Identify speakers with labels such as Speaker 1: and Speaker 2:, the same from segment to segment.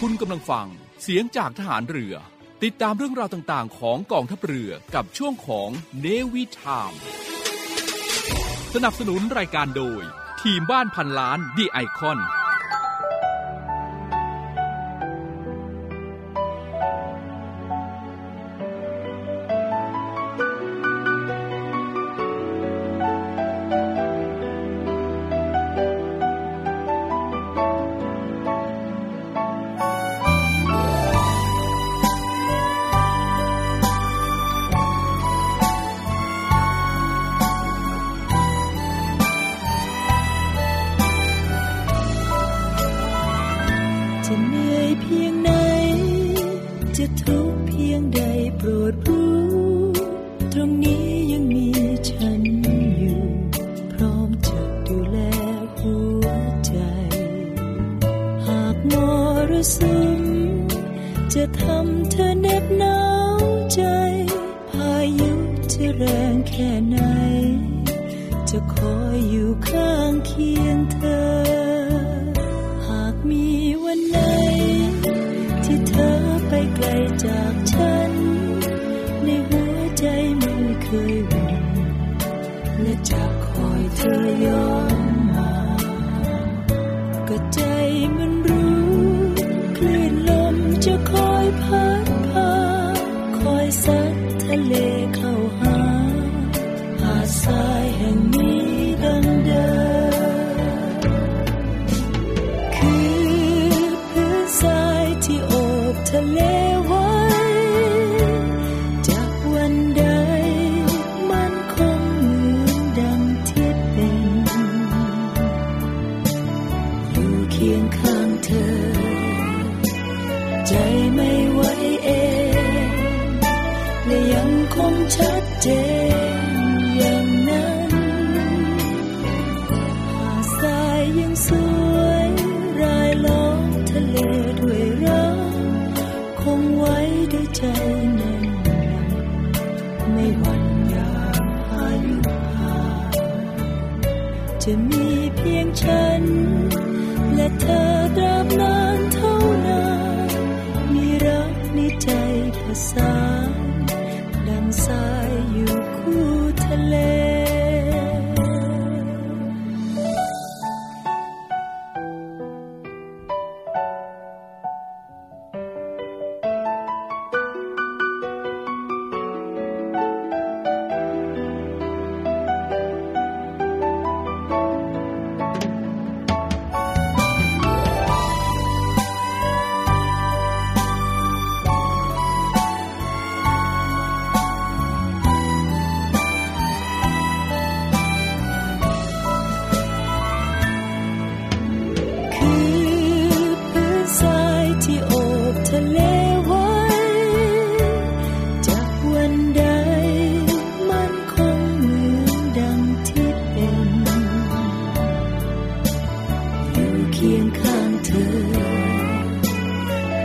Speaker 1: คุณกำลังฟังเสียงจากทหารเรือ ติดตามเรื่องราวต่างๆ ของกองทัพเรือกับช่วงของเนวิทามสนับสนุนรายการโดย ทีมบ้านพันล้านดีไอคอน
Speaker 2: จะเหนื่อยเพียงไหน จะทุกข์เพียงใดโปรดรู้ ตรงนี้ยังมีฉันอยู่ พร้อมจะดูแลหัวใจ หากมรสุมจะทำเธอเหน็บหนาวใจ พายุจะแรงแค่ไหน จะคอยอยู่ข้างเคียงเธอ หากมีวันไหน ที่เธอไปไกลจากฉัน ในหัวใจไม่เคยหวั่นและจะคอยเธอย้อนมา ก็ใจมันรู้ คลื่นลมจะคอยพัดพา คอยซัดทะเลเข้าหา หาดทรายแห่งนี้ดังเดิม คือพื้นทรายที่โอบทะเลไว้ จากวันใด มันคงเหมือนดังที่เป็น อยู่เคียงข้างเธอ ใจไม่ไหวเองและยังคงชัดเจนอย่างนั้น หาดทรายยังสวยรายล้อมทะเลด้วยรักคงไว้ด้วยใจแน่นหนาไม่หวั่นยามพายุผ่านจะมีเพียงฉัน และเธอตราบนานเท่านานมีรักในใจผสานดังสายอยู่คู่ทะเล คือพื้นทรายที่โอบทะเลไว้ จากวันใด มันคงเหมือนดังที่เป็น อยู่เคียงข้างเธอ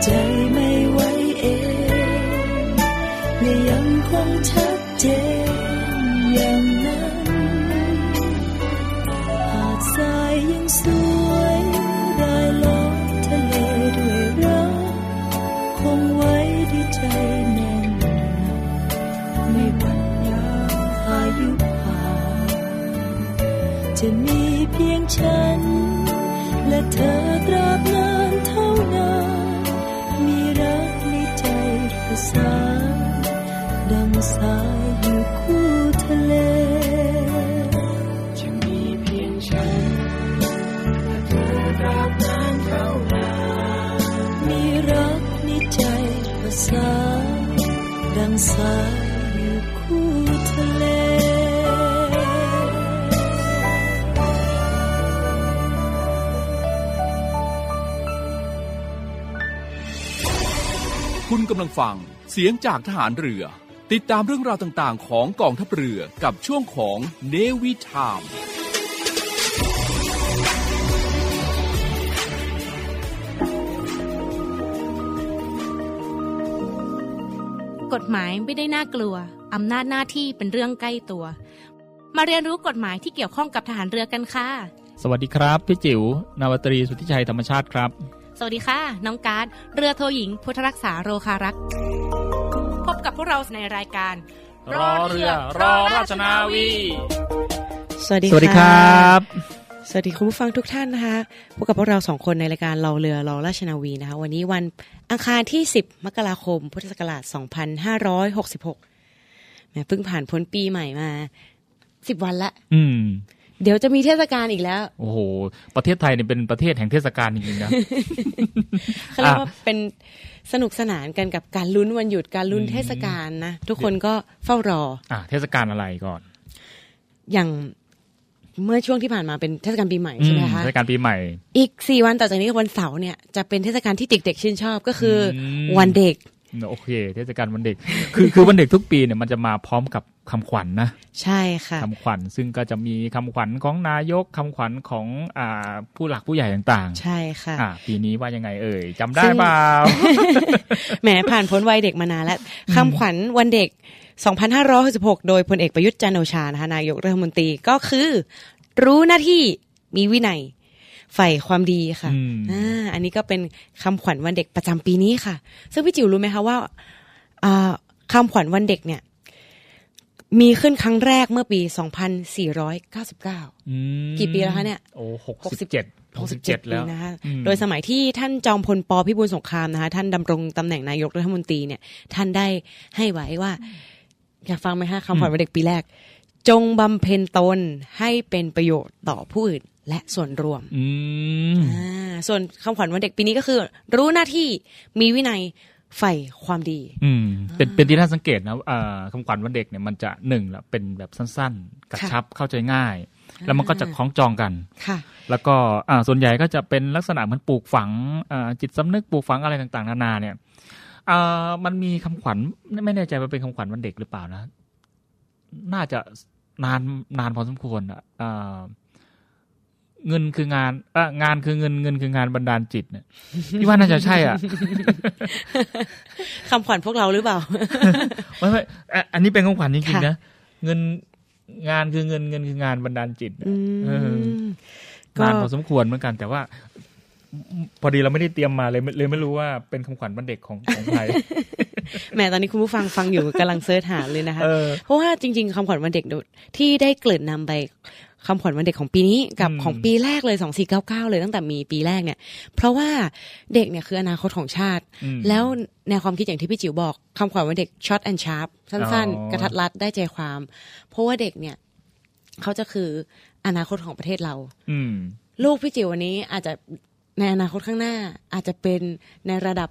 Speaker 2: ใจไม่ไหวเองและยังคงชัดเจนอย่างนั้น หาดทรายยังสวยรายล้อมทะเลด้วยรักคงไว้ด้วยใจแน่นหนาไม่หวั่นยามพายุผ่านจะมีเพียงฉัน และเธอตราบนานเท่านานมีรักในใจประสานดังสายอยู่คู่ทะเล
Speaker 3: จะมีเพียงฉันและเธอตราบนานเท่านาน
Speaker 2: มีรักในใจประสานดังสายอยู่คู่ทะเล
Speaker 1: คุณกำลังฟังเสียงจากทหารเรือ ติดตามเรื่องราวต่างๆ ของกองทัพเรือกับช่วงของเนวิทาม
Speaker 4: กฎหมายไม่ได้น่ากลัว อำนาจหน้าที่เป็นเรื่องใกล้ตัว มาเรียนรู้กฎหมายที่เกี่ยวข้องกับทหารเรือกันค่ะ
Speaker 5: สวัสดีครับ พี่จิว๋ว นาวาตรีสุทธิชัยธรรมชาติครับ
Speaker 4: สวัสดีค่ะ น้องการ์ดเรือโทหญิง พุทธรักษาโรคารักษ์พบกับพวกเราในรายการ
Speaker 5: รอเรือ รอราชนาวี
Speaker 6: สวัสดี
Speaker 7: สวัสดีครับ
Speaker 6: สวัสดีคุณผู้ฟังทุกท่านนะคะพบกับพวกเราสองคนในรายการเราเรือเราราชนาวีนะคะ วันนี้วันอังคารที่ 10 มกราคม พุทธศักราช 2566แหมเพิ่งผ่านพ้นปีใหม่มา 10 วันละ
Speaker 5: อืม
Speaker 6: เดี๋ยวจะมีเทศกาลอีกแล้ว
Speaker 5: โอ้โห ประเทศไทยเนี่ยเป็นประเทศแห่งเทศกาลจริงๆ นะ
Speaker 6: เขาเรียกว่าเป็นสนุกสนานกันกับการลุ้นวันหยุดการลุ้น
Speaker 5: อืม
Speaker 6: เทศกาลนะ ทุกคนก็เฝ้ารอ
Speaker 5: อ่ะเทศกาลอะไรก่อน
Speaker 6: อย่างเมื่อช่วงที่ผ่านมาเป็นเทศกาลปีใหม่ใช่ไหม
Speaker 5: อืม
Speaker 6: คะ
Speaker 5: เทศกาลปีใหม่
Speaker 6: อีกสี่วันต่อจากนี้วันเสาร์เนี่ยจะเป็นเทศกาลที่เด็กๆชื่นชอบก็คืออ
Speaker 5: ม
Speaker 6: วันเด็ก
Speaker 5: เนอะโอเค เทศกาลวันเด็ก คือคือวันเด็กทุกปีเนี่ยมันจะมาพร้อมกับคำขวัญนะ
Speaker 6: ใช่ค่ะ
Speaker 5: คำขวัญ ซึ่งก็จะมีคำขวัญของนายกคำขวัญของอ่าผู้หลักผู้ใหญ่ต่าง
Speaker 6: ใช่ค่ะ
Speaker 5: ๆ อ่าปีนี้ว่ายังไงเอ่ยจำได้
Speaker 6: ซึ่ง
Speaker 5: เป ล่า
Speaker 6: แหมผ่านพ้นวัยเด็กมานานแล้วคำขวัญวันเด็ก 2566 โดยพลเอกประยุทธ์จันทร์โอชานะคะนายกรัฐมนตรีก็คือ รู้หน้าที่มีวินัยใฝ่ความดีค่ะ
Speaker 5: อืม
Speaker 6: อ่าอันนี้ก็เป็นคำขวัญวันเด็กประจำปีนี้ค่ะ ซึ่งพี่จิ๋วรู้ไหมคะว่าอ่าคำขวัญวันเด็กเนี่ย มีขึ้นครั้งแรกเมื่อปี 2499
Speaker 5: อืม
Speaker 6: กี่ปีแล้วคะเนี่ย
Speaker 5: โอ้หกสิบเจ็ดหกสิบเจ็ดแล้ว
Speaker 6: ปีนะคะ
Speaker 5: อืม
Speaker 6: โดยสมัยที่ท่านจอมพลปพิบูลสงครามนะคะท่านดำรงตำแหน่งนายกรัฐมนตรีเนี่ย ท่านได้ให้ไว้ว่า อยากฟังไหมคะคำขวัญวันเด็กปีแรก จงบำเพ็ญตนให้เป็นประโยชน์ต่อผู้อื่นและส่วนรวม
Speaker 5: อืม
Speaker 6: อ่าส่วนคำขวัญวันเด็กปีนี้ก็คือ รู้หน้าที่มีวินัยใฝ่ความดี
Speaker 5: อืมเป็นเป็นที่น่าสังเกตนะเอ่อคำขวัญวันเด็กเนี่ยมันจะหนึ่งละเป็นแบบสั้นๆ กระชับเข้าใจง่าย แล้วมันก็จะคล้องจองกัน
Speaker 6: ค่ะ
Speaker 5: แล้วก็อ่าส่วนใหญ่ก็จะเป็นลักษณะเหมันปลูกฝังอ่าจิตสำนึกปลูกฝังอะไรต่างๆ นานาเนี่ยอ่ามันมีคำขวัญไม่แน่ใจว่าเป็นคำขวัญวันเด็กหรือเปล่านะ น่าจะนานนานพอสมควรอะอ่าเงินคืองานเอ่องานคือเงินเงินคืองานบันดาลจิตเนี่ยพี่ว่าน่าจะใช่อ่ะ
Speaker 6: คำขวัญพวกเราหรือเปล่า
Speaker 5: ไม่ไม่อ่ะอันนี้เป็นของขวัญจริง
Speaker 6: ค่ะ
Speaker 5: ๆนะ เงินงานคือเงินเงินคืองานบันดาลจิตนะ
Speaker 6: อืม
Speaker 5: เอ
Speaker 6: ก็
Speaker 5: นานพอสมควรเหมือนกัน แต่ว่า พอดีเราไม่ได้เตรียมมาเลยไม่เลยไม่รู้ว่าเป็นคำขวัญวันเด็กของของใคร
Speaker 6: แหมตอนนี้คุณผู้ฟังฟังอยู่กำลังเสิร์ชหาเลยนะคะ
Speaker 5: เออ
Speaker 6: เพราะว่าจริง ๆคำขวัญวันเด็กโดดที่ได้เกริ่นนำไปคำขวัญวันเด็กของปีนี้กับ
Speaker 5: อืม
Speaker 6: ของปีแรกเลย2499 เลยตั้งแต่มีปีแรกเนี่ย เพราะว่าเด็กเนี่ยคืออนาคตของชาติ
Speaker 5: อืม
Speaker 6: แล้วแนวความคิดอย่างที่พี่จิ๋วบอกคำขวัญวันเด็กช็อตแอนชาร์ปสั้น
Speaker 5: อ๋อ
Speaker 6: ๆ กระทัดรัดได้ใจความ เพราะว่าเด็กเนี่ยเขาจะคืออนาคตของประเทศเรา
Speaker 5: อืม
Speaker 6: ลูกพี่จิ๋ววันนี้อาจจะในอนาคตข้างหน้า อาจจะเป็นในระดับ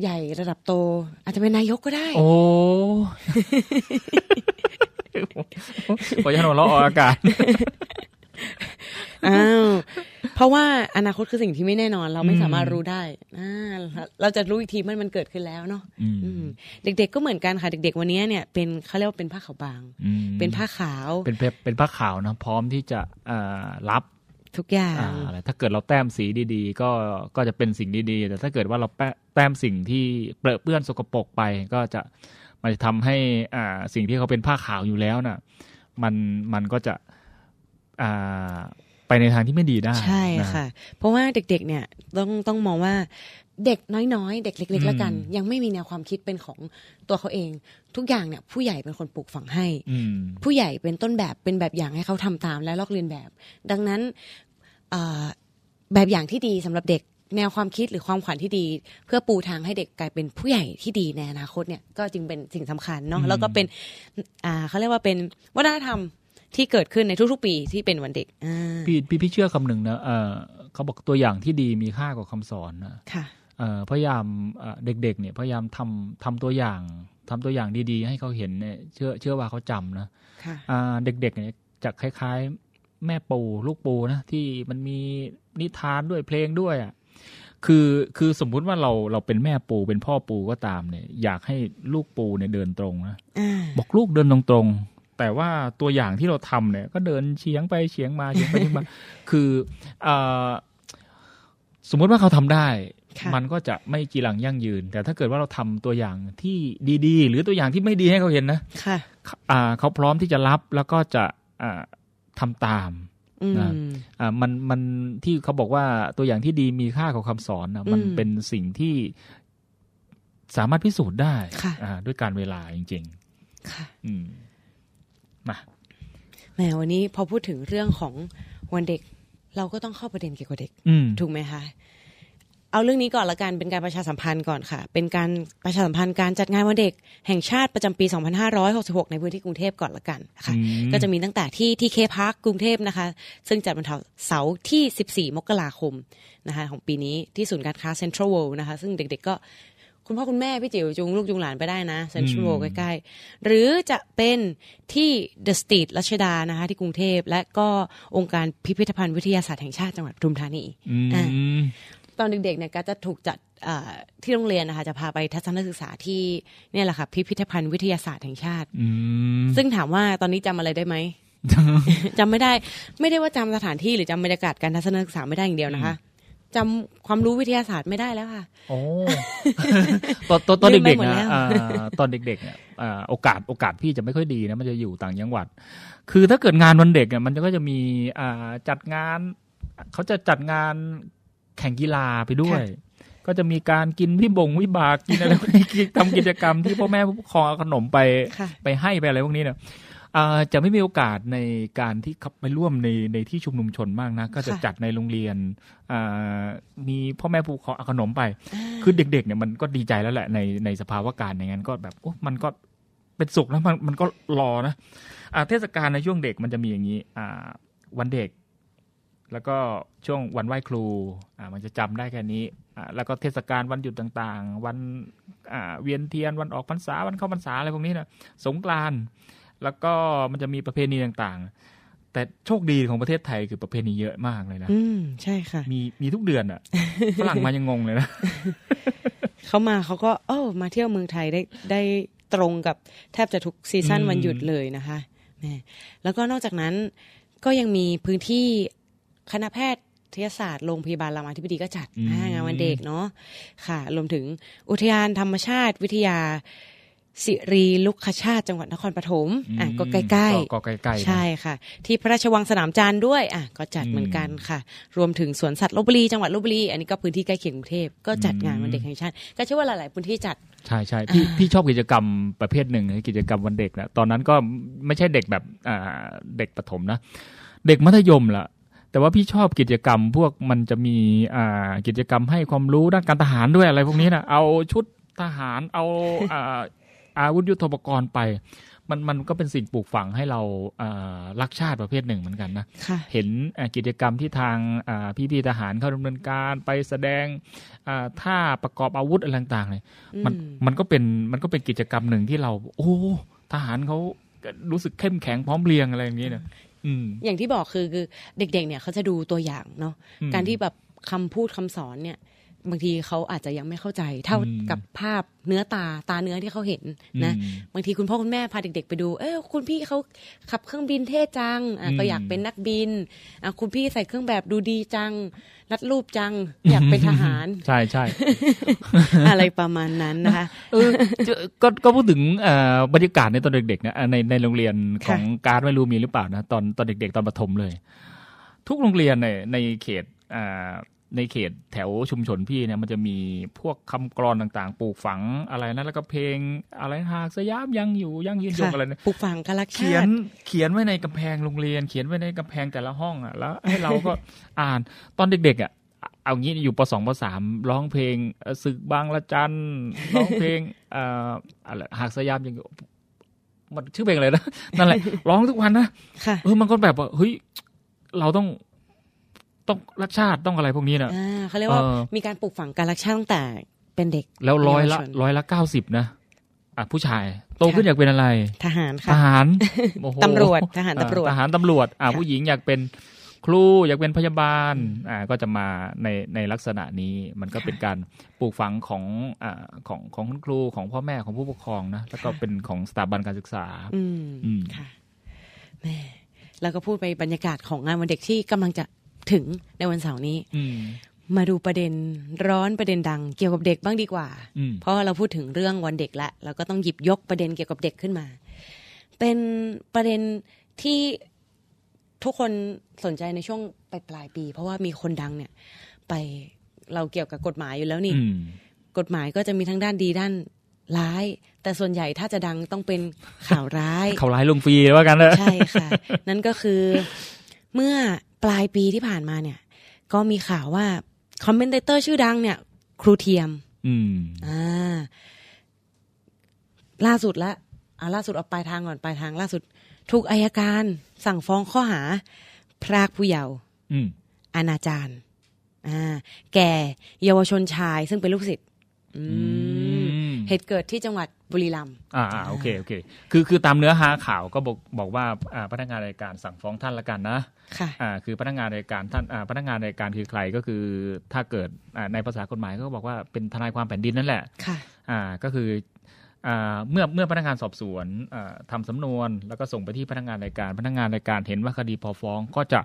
Speaker 6: ใหญ่ระดับโต อาจจะเป็นนายกก็ได้
Speaker 5: โอ้ ขออย่าหัวเราะออกอากา ศ
Speaker 6: อ้าวเพราะว่าอนาคตคือสิ่งที่ไม่แน่นอน เราไม่
Speaker 5: อืม
Speaker 6: สามารถรู้ได้อ่าเราจะรู้อีกทีมันมันเกิดขึ้นแล้วเนาะ
Speaker 5: อืม
Speaker 6: อืมเด็กๆก็เหมือนกันค่ะ เด็ก ๆ วันนี้เนี่ยเป็นเขาเรียกว่าเป็นผ้าขาวบาง
Speaker 5: อืม
Speaker 6: เป็นผ้าขาว
Speaker 5: เป็นเป็นเป็นผ้าขาวนะพร้อมที่จะเอ่อรับ
Speaker 6: ทุกอย่าง
Speaker 5: อ่าอะไรถ้าเกิดเราแต้มสีดี ๆ ก็ก็จะเป็นสิ่งดีๆ แต่ถ้าเกิดว่าเราแปะแต้มสิ่งที่เปรอะเปื้อนสกปรกไป ก็จะมันจะทำให้อ่าสิ่งที่เขาเป็นผ้าขาวอยู่แล้วน่ะ มันมันก็จะอ่าไปในทางที่ไม่ดีได้
Speaker 6: ใช่
Speaker 5: นะ
Speaker 6: ค่ะ เพราะว่าเด็กๆ เนี่ยต้องต้องมองว่าเด็กน้อยๆ เด็กเล็ก
Speaker 5: อืม
Speaker 6: ๆ แล้วกัน ยังไม่มีแนวความคิดเป็นของตัวเขาเอง ทุกอย่างเนี่ยผู้ใหญ่เป็นคนปลูกฝังให้
Speaker 5: อืม
Speaker 6: ผู้ใหญ่เป็นต้นแบบเป็นแบบอย่างให้เขาทำตามและลอกเลียนแบบ ดังนั้นเอ่อแบบอย่างที่ดีสำหรับเด็กแนวความคิดหรือความขวัญที่ดี เพื่อปูทางให้เด็กกลายเป็นผู้ใหญ่ที่ดีในอนาคตเนี่ยก็จึงเป็นสิ่งสำคัญเนาะ
Speaker 5: อืม
Speaker 6: แล้วก็เป็นอ่าเขาเรียกว่าเป็นวัฒนธรรมที่เกิดขึ้นในทุกๆ ปีที่เป็นวันเด็กอ่า
Speaker 5: พี่พี่พี่เชื่อคำหนึ่งนะเออเขาบอกตัวอย่างที่ดีมีค่ากว่าคำสอนนะ
Speaker 6: ค่ะ
Speaker 5: เอ่อพยายามเอ่อเด็กๆเนี่ยพยายามทำทำตัวอย่างทำตัวอย่างดีๆ ให้เขาเห็นเนี่ยเชื่อเชื่อว่าเขาจำนะ
Speaker 6: ค่ะ
Speaker 5: อ่าเด็กๆเนี่ยจะคล้ายๆแม่ปูลูกปูนะที่มันมีนิทานด้วยเพลงด้วยอ่ะคือคือสมมุติว่าเราเราเป็นแม่ปูเป็นพ่อปูก็ตามเนี่ยอยากให้ลูกปูเนี่ยเดินตรงนะ
Speaker 6: อ่า
Speaker 5: บอกลูกเดินตรงๆ แต่ว่าตัวอย่างที่เราทำเนี่ย ก็เดินเฉียงไปเฉียงมาเฉียงไปเฉียงมา คือเออสมมุติว่าเขาทำได้
Speaker 6: ค่ะ
Speaker 5: มันก็จะไม่กีรังยั่งยืน แต่ถ้าเกิดว่าเราทำตัวอย่างที่ดีๆ หรือตัวอย่างที่ไม่ดีให้เขาเห็นนะ
Speaker 6: ค่ะ
Speaker 5: อ่าเขาพร้อมที่จะรับแล้วก็จะอ่าทำตาม
Speaker 6: อืม
Speaker 5: นะ อ่ามันมันที่เขาบอกว่าตัวอย่างที่ดีมีค่าของคำสอนนะมัน
Speaker 6: อืม
Speaker 5: เป็นสิ่งที่สามารถพิสูจน์ได้
Speaker 6: ค่ะ
Speaker 5: อ่าด้วยการเวลาจริง
Speaker 6: ค่ะ
Speaker 5: ๆ อืมมา
Speaker 6: แหมวันนี้พอพูดถึงเรื่องของวันเด็ก เราก็ต้องเข้าประเด็นเกี่ยวกับเด็ก
Speaker 5: อืม
Speaker 6: ถูกไหมคะ เอาเรื่องนี้ก่อนละกัน เป็นการประชาสัมพันธ์ก่อนค่ะ เป็นการประชาสัมพันธ์การจัดงานวันเด็กแห่งชาติประจำปี 2566 ในพื้นที่กรุงเทพก่อนละกันนะคะ
Speaker 5: อืม
Speaker 6: ก็จะมีตั้งแต่ที่ที่เคพักกรุงเทพนะคะ ซึ่งจัดวันเสาร์ที่ 14 มกราคมนะคะ ของปีนี้ที่ศูนย์การค้าเซ็นทรัลเวิลด์นะคะ ซึ่งเด็กๆก็ คุณพ่อคุณแม่พี่จิ๋วจุงลูกจุงหลานไปได้นะเซ็นทรัลเวิลด์
Speaker 5: อืม
Speaker 6: ใกล้ๆ หรือจะเป็นที่เดอะสตรีทรัชดานะคะ ที่กรุงเทพและก็องค์การพิพิธภัณฑ์วิทยาศาสตร์แห่งชาติจังหวัดปทุมธานี
Speaker 5: อืม
Speaker 6: อ่ะ ตอนเด็กๆเนี่ยก็จะถูกจัดอ่าที่โรงเรียนนะคะจะพาไปทัศนศึกษาที่เนี่ยแหละค่ะพิพิธภัณฑ์วิทยาศาสตร์แห่งชาติ
Speaker 5: อืม
Speaker 6: ซึ่งถามว่าตอนนี้จำอะไรได้ไหม จำไม่ได้ไม่ได้ว่าจำสถานที่หรือจำบรรยากาศการทัศนศึกษาไม่ได้อย่างเดียวนะคะจำความรู้วิทยาศาสตร์ไม่ได้แล้วค่ะ
Speaker 5: โอ้ ตอนตอนตอน
Speaker 6: ลืมไป
Speaker 5: เด็ก
Speaker 6: หม
Speaker 5: ๆ
Speaker 6: ด
Speaker 5: นะ
Speaker 6: แล้ว
Speaker 5: อ่า ตอนเด็กๆเนี่ยอ่าโอกาสโอกาสพี่จะไม่ค่อยดีนะมันจะอยู่ต่างจังหวัด คือถ้าเกิดงานวันเด็กเนี่ยมันก็จะมีอ่าจัดงาน เขาจะจัดงานแข่งกีฬาไปด้วย ก็จะมีการกินวิบงวิบากกินอะไร ท ำกิจกรรมที่พ่อแม่ผู้ปกครองเอาขนมไป
Speaker 6: ค่ะ
Speaker 5: ไปให้ไปอะไรพวกนี้เนี่ยอ่าจะไม่มีโอกาสในการที่เขาไปร่วมในในที่ชุมนุมชนมากนะก็จะ
Speaker 6: ค่ะ
Speaker 5: จัดในโรงเรียนอ่ามีพ่อแม่ผู้ปกครองเอาขนมไป คือเด็กๆเนี่ยมันก็ดีใจแล้วแหละในในสภาวะการอย่างนั้นก็แบบโอ้มันก็เป็นสุขแล้วมันมันก็รอนะอ่าเทศกาลในช่วงเด็กมันจะมีอย่างนี้อ่าวันเด็ก แล้วก็ช่วงวันไหว้ครูอ่ามันจะจำได้แค่นี้อ่าแล้วก็เทศกาลวันหยุดต่างๆ วันอ่าเวียนเทียนวันออกพรรษาวันเข้าพรรษาอะไรพวกนี้นะสงกรานต์แล้วก็มันจะมีประเพณีต่างๆ แต่โชคดีของประเทศไทยคือประเพณีเยอะมากเลยนะ
Speaker 6: อืมใช่ค่ะ
Speaker 5: มีมีทุกเดือนอะ ฝรั่งมายังงงเลยนะ
Speaker 6: เขามาเขาก็เอ้ามาเที่ยวเมืองไทยได้ได้ตรงกับแทบจะทุกซีซั่น
Speaker 5: อืม
Speaker 6: วันหยุดเลยนะคะแหมแล้วก็นอกจากนั้นก็ยังมีพื้นที่คณะแพทยศาสตร์โรงพยาบาลรามาธิบดีก็จัด
Speaker 5: อืม
Speaker 6: อ่างานวันเด็กเนาะค่ะ รวมถึงอุทยานธรรมชาติวิทยา สิรีลุกขชาติจังหวัดนครปฐมอ่ะก็ใกล้ๆ
Speaker 5: ก็ใกล้ๆนะ
Speaker 6: ใช่ค่ะ ที่พระราชวังสนามจันทร์ด้วยอ่ะก็จัดเหมือนกันค่ะ รวมถึงสวนสัตว์ลบบุรีจังหวัดลบบุรีอันนี้ก็พื้นที่ใกล้เคียงกรุงเทพก็จัดงานวันเด็กแห่งชาติก็เชื่อว่าหลายๆพื้นที่จัด
Speaker 5: ใช่ใช่พี่พี่ชอบกิจกรรมประเภทหนึ่งคือกิจกรรมวันเด็กนะตอนนั้นก็ไม่ใช่เด็กแบบอ่าเด็กประถมนะ เด็กมัธยมละแต่ว่าพี่ชอบกิจกรรมพวกมันจะมีอ่ากิจกรรมให้ความรู้ด้านการทหารด้วยอะไรพวกนี้นะเอาชุดทหารเอาอ่าอาวุธยุทโธปกรณ์ไป มันมันก็เป็นสิ่งปลูกฝังให้เราอ่ารักชาติประเภทหนึ่งเหมือนกันนะ
Speaker 6: ค่ะ
Speaker 5: เห็นอ่ากิจกรรมที่ทางอ่าพี่ๆทหารเข้าดำเนินการไปแสดงอ่าท่าประกอบอาวุธอะไรต่างๆเนี่ยมัน
Speaker 6: อืม
Speaker 5: มันก็เป็นมันก็เป็นกิจกรรมหนึ่งที่เรา โอ้ทหารเขารู้สึกเข้มแข็งพร้อมเพรียงอะไรอย่างนี้เนี่ยอืม
Speaker 6: อย่างที่บอกคือคือเด็กๆเนี่ยเขาจะดูตัวอย่างเนาะ
Speaker 5: อืม
Speaker 6: การที่แบบคำพูดคำสอนเนี่ย บางทีเขาอาจจะยังไม่เข้าใจเท่า
Speaker 5: อืม
Speaker 6: กับภาพเนื้อตาตาเนื้อที่เขาเห็นนะ
Speaker 5: อืม
Speaker 6: บางทีคุณพ่อคุณแม่พาเด็ก ๆ ไปดู เออคุณพี่เขาขับเครื่องบินเท่จังอ่ะ
Speaker 5: อืม
Speaker 6: ก็อยากเป็นนักบินอ่ะคุณพี่ใส่เครื่องแบบดูดีจัง รัดรูปจัง อยากเป็นทหาร
Speaker 5: ใช่ใช่
Speaker 6: อะไรประมาณนั้นนะคะ
Speaker 5: เออจะก็ก็พูดถึงเอ่อบรรยากาศในตอนเด็กๆนะอ่าในในโรงเรียนของการดไม่รู้มีหรือเปล่านะตอนตอนเด็ก ๆ ตอนประถมเลย ทุกโรงเรียนในในเขตอ่าในเขตแถวชุมชนพี่เนี่ยมันจะมีพวกคำกรอนต่างๆ ปลูกฝังอะไรนะแล้วก็เพลงอะไรหากสยามยังอยู่ยัง ยืนยง
Speaker 6: ค่ะ
Speaker 5: อะไรนะ
Speaker 6: ปลูกฝังการรัก
Speaker 5: เขีย
Speaker 6: ชาน ติ
Speaker 5: เขียนไว้ในกำแพงโรงเรียน เขียนไว้ในกำแพงแต่ละห้องอ่ะแล้วให้เราก็ อ่านตอนเด็กๆอ่ะเอางี้อยู่ปสองปสามร้องเพลงเอ่อศึกบางละจัน ร้องเพลงเอ่ออะไรหากสยามยังอยู่มันชื่อเพลงอะไรนะนั่นแหละ ร้องทุกวันนะ
Speaker 6: ค่ะ
Speaker 5: เออมันก็แบบว่าเฮ้ยเราต้องต้องรักชาติต้องอะไรพวกนี้นะ
Speaker 6: อ่าเขาเรียกว่า
Speaker 5: เออ
Speaker 6: มีการปลูกฝังการรักชาติตั้งแต่เป็นเด็ก
Speaker 5: แล้วร้อยละ
Speaker 6: เยาวชน
Speaker 5: ร้อยละเก้าสิบนะอ่ะผู้ชายโตขึ้น
Speaker 6: ค่ะ
Speaker 5: อยากเป็นอะไร
Speaker 6: ทหาร
Speaker 5: ท
Speaker 6: ค่ะ
Speaker 5: หารโอ้โห
Speaker 6: ตำรวจทหารตำรวจ
Speaker 5: อ่ะทหารตำรวจอ่ะ
Speaker 6: ค่ะ
Speaker 5: ผู้หญิงอยากเป็นครูอยากเป็นพยาบาลอ่าก็จะมาในในลักษณะนี้มันก็
Speaker 6: ค่ะ
Speaker 5: เป็นการปลูกฝังของอ่าของของคุณครูของพ่อแม่ของผู้ปกครองนะแล้วก็
Speaker 6: ค่ะ
Speaker 5: เป็นของสถาบันการศึกษา
Speaker 6: อืม
Speaker 5: อืม
Speaker 6: ค่ะแม่แล้วก็พูดไปบรรยากาศของงานวันเด็กที่กำลังจะถึงในวันเสาร์นี้
Speaker 5: อืม
Speaker 6: มาดูประเด็นร้อนประเด็นดังเกี่ยวกับเด็กบ้างดีกว่า
Speaker 5: อืม
Speaker 6: เพราะว่าเราพูดถึงเรื่องวันเด็กละเราก็ต้องหยิบยกประเด็นเกี่ยวกับเด็กขึ้นมา เป็นประเด็นที่ ทุกคนสนใจในช่วงปลายปลายๆปี เพราะว่ามีคนดังเนี่ย ไปเราเกี่ยวกับกฎหมายอยู่แล้วนี่
Speaker 5: อืม
Speaker 6: กฎหมายก็จะมีทั้งด้านดีด้านร้าย แต่ส่วนใหญ่ถ้าจะดังต้องเป็นข่าวร้าย
Speaker 5: เขาร้ายลงฟรีว่ากันเลย
Speaker 6: ใช่ค่ะ นั่นก็คือเมื่อปลายปีที่ผ่านมาเนี่ย ก็มีข่าวว่าคอมเมนเตอร์ชื่อดังเนี่ย ครูเทียม
Speaker 5: อืม
Speaker 6: อ่า ล่าสุดละอ่าล่าสุดเอาปลายทางก่อนปลายทางล่าสุด ถูกอายการสั่งฟ้องข้อหา พรากผู้เยาว์
Speaker 5: อืม
Speaker 6: อนาจารอ่า แก่เยาวชนชายซึ่งเป็นลูกศิษย์อืม
Speaker 5: อืม
Speaker 6: เหตุเกิดที่จังหวัดบุรีรัมย์
Speaker 5: อ่าอ่าโอเคโอเค คือคือตามเนื้อหาข่าวก็บอกบอกว่าอ่าพนักงานรายการสั่งฟ้องท่านละกันนะ
Speaker 6: ค่ะ
Speaker 5: อ่าคือพนักงานรายการท่านอ่าพนักงานรายการคือใครก็คือถ้าเกิดอ่าในภาษากฎหมายก็บอกว่าเป็นทนายความแผ่นดินนั่นแหละ
Speaker 6: ค่ะ
Speaker 5: อ่าก็คืออ่าเมื่อเมื่อพนักงานสอบสวนอ่าทำสำนวน แล้วก็ส่งไปที่พนักงานรายการ พนักงานรายการเห็นว่าคดีพอฟ้องก็จะ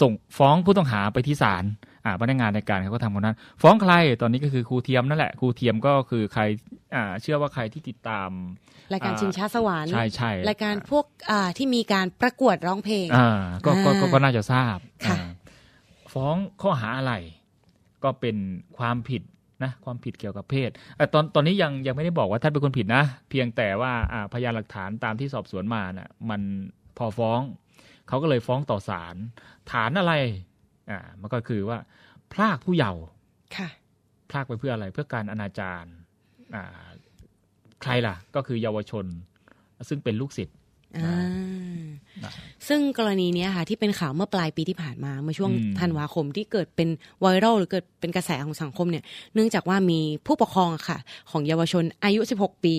Speaker 5: ส่งฟ้องผู้ต้องหาไปที่ศาลอ่าพนักงานรายการเขาก็ทำคนนั้น ฟ้องใครตอนนี้ก็คือครูเทียมนั่นแหละครูเทียมก็คือใครอ่าเชื่อว่าใครที่ติดตาม
Speaker 6: รายการ
Speaker 5: อ่า
Speaker 6: ชิงช้าสวรรค์
Speaker 5: ใช่ใช่
Speaker 6: รายการพวกอ่าที่มีการประกวดร้องเพลง
Speaker 5: อ่าก็ก็ก็
Speaker 6: อ่า
Speaker 5: ก็น่าจะทราบ
Speaker 6: ค่ะ
Speaker 5: อ่าฟ้องข้อหาอะไรก็เป็นความผิดนะความผิดเกี่ยวกับเพศเอ่อตอนตอนนี้ยังยังไม่ได้บอกว่าท่านเป็นคนผิดนะ เพียงแต่ว่าอ่าพยานหลักฐานตามที่สอบสวนมาน่ะมันพอฟ้อง เขาก็เลยฟ้องต่อศาลฐานอะไรอ่ามันก็คือว่า พรากผู้เยาว์
Speaker 6: ค่ะ
Speaker 5: พรากไปเพื่ออะไรเพื่อการอนาจารอ่าใครล่ะ ก็คือเยาวชน ซึ่งเป็นลูกศิษย์
Speaker 6: อ่า
Speaker 5: นะ
Speaker 6: ซึ่งกรณีเนี้ยค่ะที่เป็นข่าวเมื่อปลายปีที่ผ่านมาเมื่อช่วง
Speaker 5: อืม
Speaker 6: ธันวาคมที่เกิดเป็นไวรัลหรือเกิดเป็นกระแสของสังคมเนี่ยเนื่องจากว่ามีผู้ปกครองอะค่ะ ของเยาวชนอายุ 16 ปี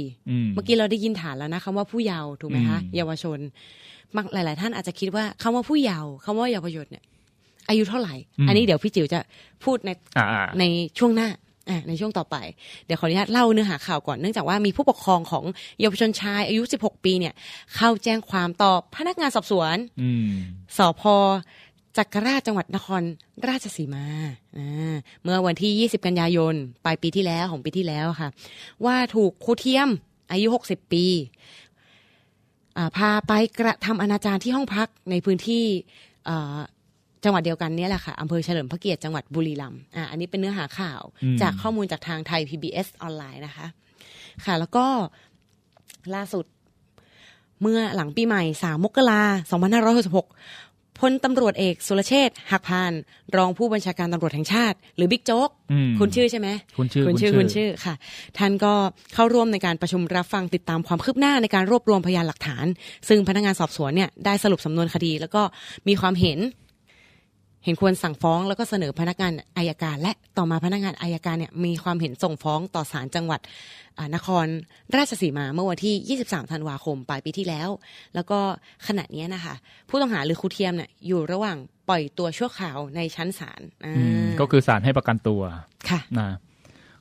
Speaker 6: เมื่อกี้เราได้ยินฐานแล้วนะคำว่าผู้เยาว์ถูกไหมคะ
Speaker 5: อืม
Speaker 6: เยาวชนบางหลาย ๆ ท่านอาจจะคิดว่าคำว่าผู้เยาว์คำว่าเยาวชนเนี่ยอายุเท่าไหร่ อันนี้เดี๋ยวพี่จิ๋วจะพูดใน
Speaker 5: อ่าอ่า
Speaker 6: ในช่วงหน้าอ่ะในช่วงต่อไป เดี๋ยวขออนุญาตเล่าเนื้อหาข่าวก่อน เนื่องจากว่ามีผู้ปกครองของเยาวชนชายอายุ 16 ปีเนี่ย เข้าแจ้งความต่อพนักงานสอบสวน
Speaker 5: อืม
Speaker 6: สพจักรราชจังหวัดนครราชสีมาอ่าเมื่อวันที่ 20 กันยายน ปลายปีที่แล้วของปีที่แล้วค่ะ ว่าถูกครูเทียมอายุ 60 ปีอ่าพาไปกระทำอนาจารที่ห้องพักในพื้นที่เอ่อจังหวัดเดียวกันเนี้แหละค่ะอำเภอเฉลิมพระเกียรติจังหวัดบุรีรัมย์อ่าอันนี้เป็นเนื้อหาข่าว
Speaker 5: อืม
Speaker 6: จากข้อมูลจากทางไทย PBS ออนไลน์นะคะ ค่ะ แล้วก็ล่าสุด เมื่อหลังปีใหม่ 3 มกราคม2566พลตำรวจเอกสุรเชษฐ์หักพาน รองผู้บัญชาการตำรวจแห่งชาติ หรือบิ๊กโจ๊ก
Speaker 5: อืม
Speaker 6: คุณชื่อใช่ไหม
Speaker 5: คุณชื่อ
Speaker 6: คุณชื่อคุณชื่อค่ะ ท่านก็เข้าร่วมในการประชุมรับฟังติดตามความคืบหน้าในการรวบรวมพยานหลักฐาน ซึ่งพนักงานสอบสวนเนี่ยได้สรุปสำนวนคดี แล้วก็มีความเห็น เห็นควรสั่งฟ้อง แล้วก็เสนอพนักงานอายการ และต่อมาพนักงานอายการเนี่ยมีความเห็นส่งฟ้องต่อศาลจังหวัดอ่านครราชสีมาเมื่อวันที่ 23 ธันวาคมปลายปีที่แล้ว แล้วก็ขณะเนี้ยนะคะ ผู้ต้องหาหรือครูเทียมเนี่ยอยู่ระหว่างปล่อยตัวชั่วคราวในชั้นศาลอ่า
Speaker 5: อืมก็คือศาลให้ประกันตัว
Speaker 6: ค่ะ
Speaker 5: นะ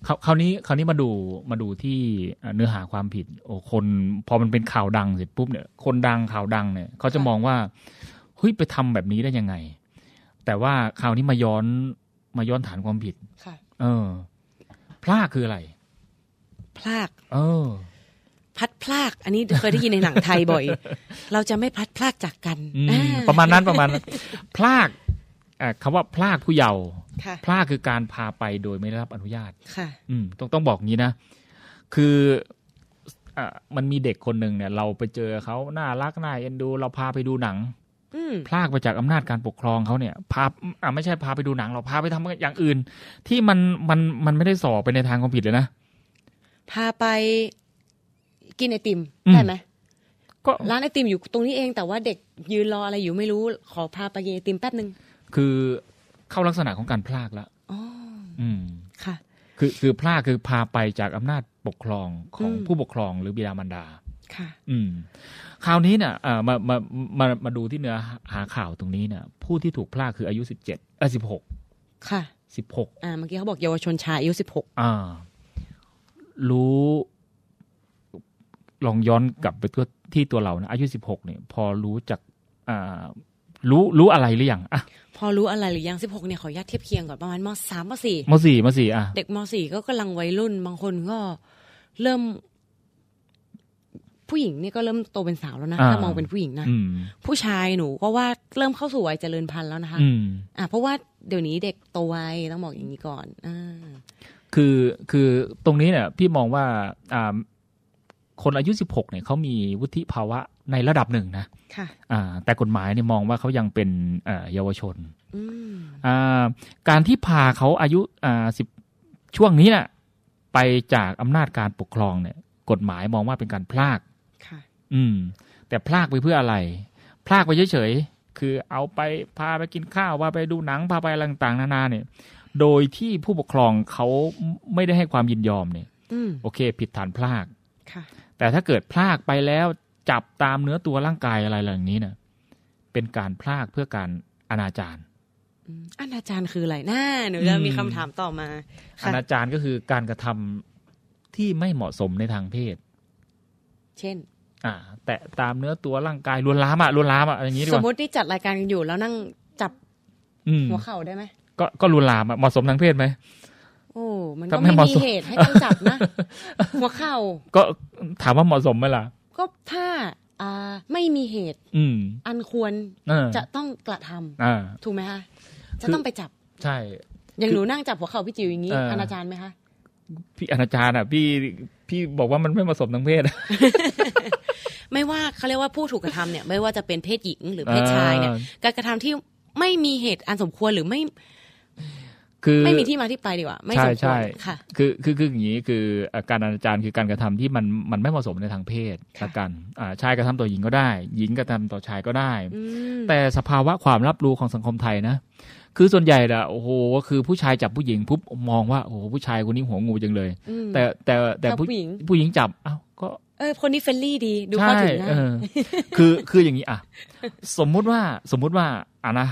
Speaker 5: คราวคราวนี้คราวนี้มาดูมาดูที่เอ่อเนื้อหาความผิด โอ้คนพอมันเป็นข่าวดังเสร็จปุ๊บเนี่ย คนดังข่าวดังเนี่ยเขาจะมองว่าเฮ้ยไปทำแบบนี้ได้ยังไง แต่ว่าคราวนี้มาย้อนมาย้อนฐานความผิด
Speaker 6: ค่ะ
Speaker 5: เออ พลาดคืออะไร
Speaker 6: พลาก
Speaker 5: เออ
Speaker 6: พลัดพลาก อันนี้เคยได้ยินในหนังไทยบ่ อย เราจะไม่พลัดพลากจากกัน
Speaker 5: อืม
Speaker 6: อ่
Speaker 5: ประมาณนั้นประมาณนั้นพลากอ่ะคำว่าพลากผู้เยาว์
Speaker 6: ค่ะ
Speaker 5: พลากคือการพาไปโดยไม่ได้รับอนุญาต
Speaker 6: ค่ะ
Speaker 5: อืมต้องต้องบอกงี้นะ คืออ่ะมันมีเด็กคนหนึ่งเนี่ย เราไปเจอเขาน่ารักน่าเอ็นดู เราพาไปดูหนัง
Speaker 6: อืม
Speaker 5: พลากไปจากอำนาจการปกครองเขาเนี่ยพาอ่ะไม่ใช่พาไปดูหนังเราพาไปทำอย่างอื่น ที่มันมันมันไม่ได้ส่อไปในทางความผิดเลยนะ
Speaker 6: พาไปกินไอติม
Speaker 5: อืม
Speaker 6: ได้ไหม
Speaker 5: ก็
Speaker 6: ร้านไอติมอยู่ตรงนี้เองแต่ว่าเด็กยืนรออะไรอยู่ไม่รู้ ขอพาไปกินไอติมแป๊บหนึ่ง
Speaker 5: คือเข้าลักษณะของการพลากละ
Speaker 6: อ๋อ
Speaker 5: อืม
Speaker 6: ค่ะ
Speaker 5: คือคือพลากคือพาไปจากอำนาจปกครองของ
Speaker 6: อืม
Speaker 5: ผู้ปกครองหรือบิดามารดา
Speaker 6: ค่ะ
Speaker 5: อืมคราวนี้เนี่ยเอ่อมามามามาดูที่เนื้อหาข่าวตรงนี้เนี่ยผู้ที่ถูกพลากคืออายุสิบเจ็ดเออสิบหก
Speaker 6: ค่ะ
Speaker 5: สิบหก
Speaker 6: อ่าเมื่อกี้เขาบอกเยาวชนชายอายุสิบหก
Speaker 5: อ่า รู้ ลองย้อนกลับไปตัวที่ตัวเรานะอายุสิบหกเนี่ย พอรู้จากอ่ารู้รู้อะไรหรือยังอ่ะ
Speaker 6: พอรู้อะไรหรือยังสิบหกเนี่ยขออนุญาตเทียบเคียงก่อนประมาณมสามมสี่
Speaker 5: มสี่มสี่อ่ะ
Speaker 6: เด็กม .4 ก็กำลังวัยรุ่นบางคนก็เริ่ม ผู้หญิงเนี่ยก็เริ่มโตเป็นสาวแล้วนะ
Speaker 5: อ่า
Speaker 6: ถ้ามองเป็นผู้หญิงนะ
Speaker 5: อืม
Speaker 6: ผู้ชายหนูก็ว่าเริ่มเข้าสู่วัยเจริญพันธุ์แล้วนะคะ
Speaker 5: อืม
Speaker 6: อ่ะเพราะว่าเดี๋ยวนี้เด็กโตไวต้องบอกอย่างนี้ก่อนอ่า
Speaker 5: คือคือตรงนี้เนี่ยพี่มองว่าอ่าคนอายุ 16เนี่ยเขามีวุฒิภาวะในระดับหนึ่งนะ
Speaker 6: ค่ะ
Speaker 5: อ่าแต่กฎหมายเนี่ยมองว่าเขายังเป็นเอ่อเยาวชน
Speaker 6: อืม
Speaker 5: อ่าการที่พาเขาอายุอ่าสิบช่วงนี้น่ะไปจากอำนาจการปกครองเนี่ย กฎหมายมองว่าเป็นการพลาก
Speaker 6: ค่ะ
Speaker 5: อืม แต่พลากไปเพื่ออะไร พลากไปเฉยๆ คือเอาไปพาไปกินข้าวพาไปดูหนังพาไปอะไรต่างๆนานาเนี่ย โดยที่ผู้ปกครองเขาไม่ได้ให้ความยินยอมเนี่ย
Speaker 6: อืม
Speaker 5: โอเค ผิดฐานพลาก
Speaker 6: ค่ะ
Speaker 5: แต่ถ้าเกิดพลากไปแล้วจับตามเนื้อตัวร่างกายอะไรเหล่านี้เนี่ยเป็นการพลากเพื่อการอนาจาร
Speaker 6: อืมอันอาจารย์คืออะไรน่าหนูจะมีคำถามต่อมา
Speaker 5: อ
Speaker 6: ค่ะ
Speaker 5: นาจารก็คือการกระทำที่ไม่เหมาะสมในทางเพศ
Speaker 6: เช่น
Speaker 5: อ่า แต่ตามเนื้อตัวร่างกายลวนลามอะลวนลามอะอะไรอย่างนี้ดีก
Speaker 6: สม
Speaker 5: ว่าม
Speaker 6: ตินี่จัดรายการกันอยู่แล้วนั่งจับ
Speaker 5: อืม
Speaker 6: หัวเข่าได้ไหม
Speaker 5: ก็ก็ลวนลามอะเหมาะสมทางเพศไหม
Speaker 6: โอ้ มัน
Speaker 5: ถ้า
Speaker 6: ก็
Speaker 5: ไม่
Speaker 6: ไม่
Speaker 5: เหมาะ
Speaker 6: มี
Speaker 5: สม
Speaker 6: เหตุให้ต้องจับ นะ หัวเข่า
Speaker 5: ก็ถามว่าเหมาะสมไหมล่ะ
Speaker 6: ก็ถ้า อ่า ไม่มีเหตุ
Speaker 5: อืม
Speaker 6: อันควร
Speaker 5: เออ
Speaker 6: จะต้องกระทำ
Speaker 5: อ่า
Speaker 6: ถูกไหมคะ จะ
Speaker 5: คือ
Speaker 6: ต้องไปจับ
Speaker 5: ใช่
Speaker 6: อย่าง
Speaker 5: คือ
Speaker 6: หนูนั่งจับหัวเข่าพี่จิ๋วอย่างนี้
Speaker 5: เอออ
Speaker 6: อนาจารย์ไหมคะ
Speaker 5: พี่อนาจารอ่ะ พี่พี่บอกว่ามันไม่เหมาะสมทางเพศ
Speaker 6: ไม่ว่าเขาเรียกว่าผู้ถูกกระทำเนี่ย ไม่ว่าจะเป็นเพศหญิงหรือเพศชายเนี่ย
Speaker 5: อ่
Speaker 6: การกระทำที่ไม่มีเหตุอันสมควรหรือไม่
Speaker 5: คือ
Speaker 6: ไม่มีที่มาที่ไปดีกว่า ไม่สมค
Speaker 5: ใช่
Speaker 6: วร
Speaker 5: ใช่
Speaker 6: ค่ะ
Speaker 5: คือคือคืออย่างนี้คือเอ่อการอนาจารคือการกระทำที่มันมันไม่เหมาะสมในทางเพศ
Speaker 6: ค่ะ
Speaker 5: ละกันอ่าชายกระทำต่อหญิงก็ได้ หญิงกระทำต่อชายก็ได้
Speaker 6: อืม
Speaker 5: แต่สภาวะความรับรู้ของสังคมไทยนะ คือส่วนใหญ่ละโอ้โหก็คือผู้ชายจับผู้หญิงปุ๊บมองว่าโอ้โหผู้ชายคนนี้หัวงูจังเลย
Speaker 6: อืม
Speaker 5: แต่แต่แต่
Speaker 6: จับผู้หญิง
Speaker 5: ผู้หญิงจับอ้าวก็
Speaker 6: เออคนนี้เฟรนลี่ดี ดูเข้าถึงนะ
Speaker 5: ใช่เออคือคืออย่างนี้อ่ะ สมมุติว่าสมมุติว่าอ่ะนะ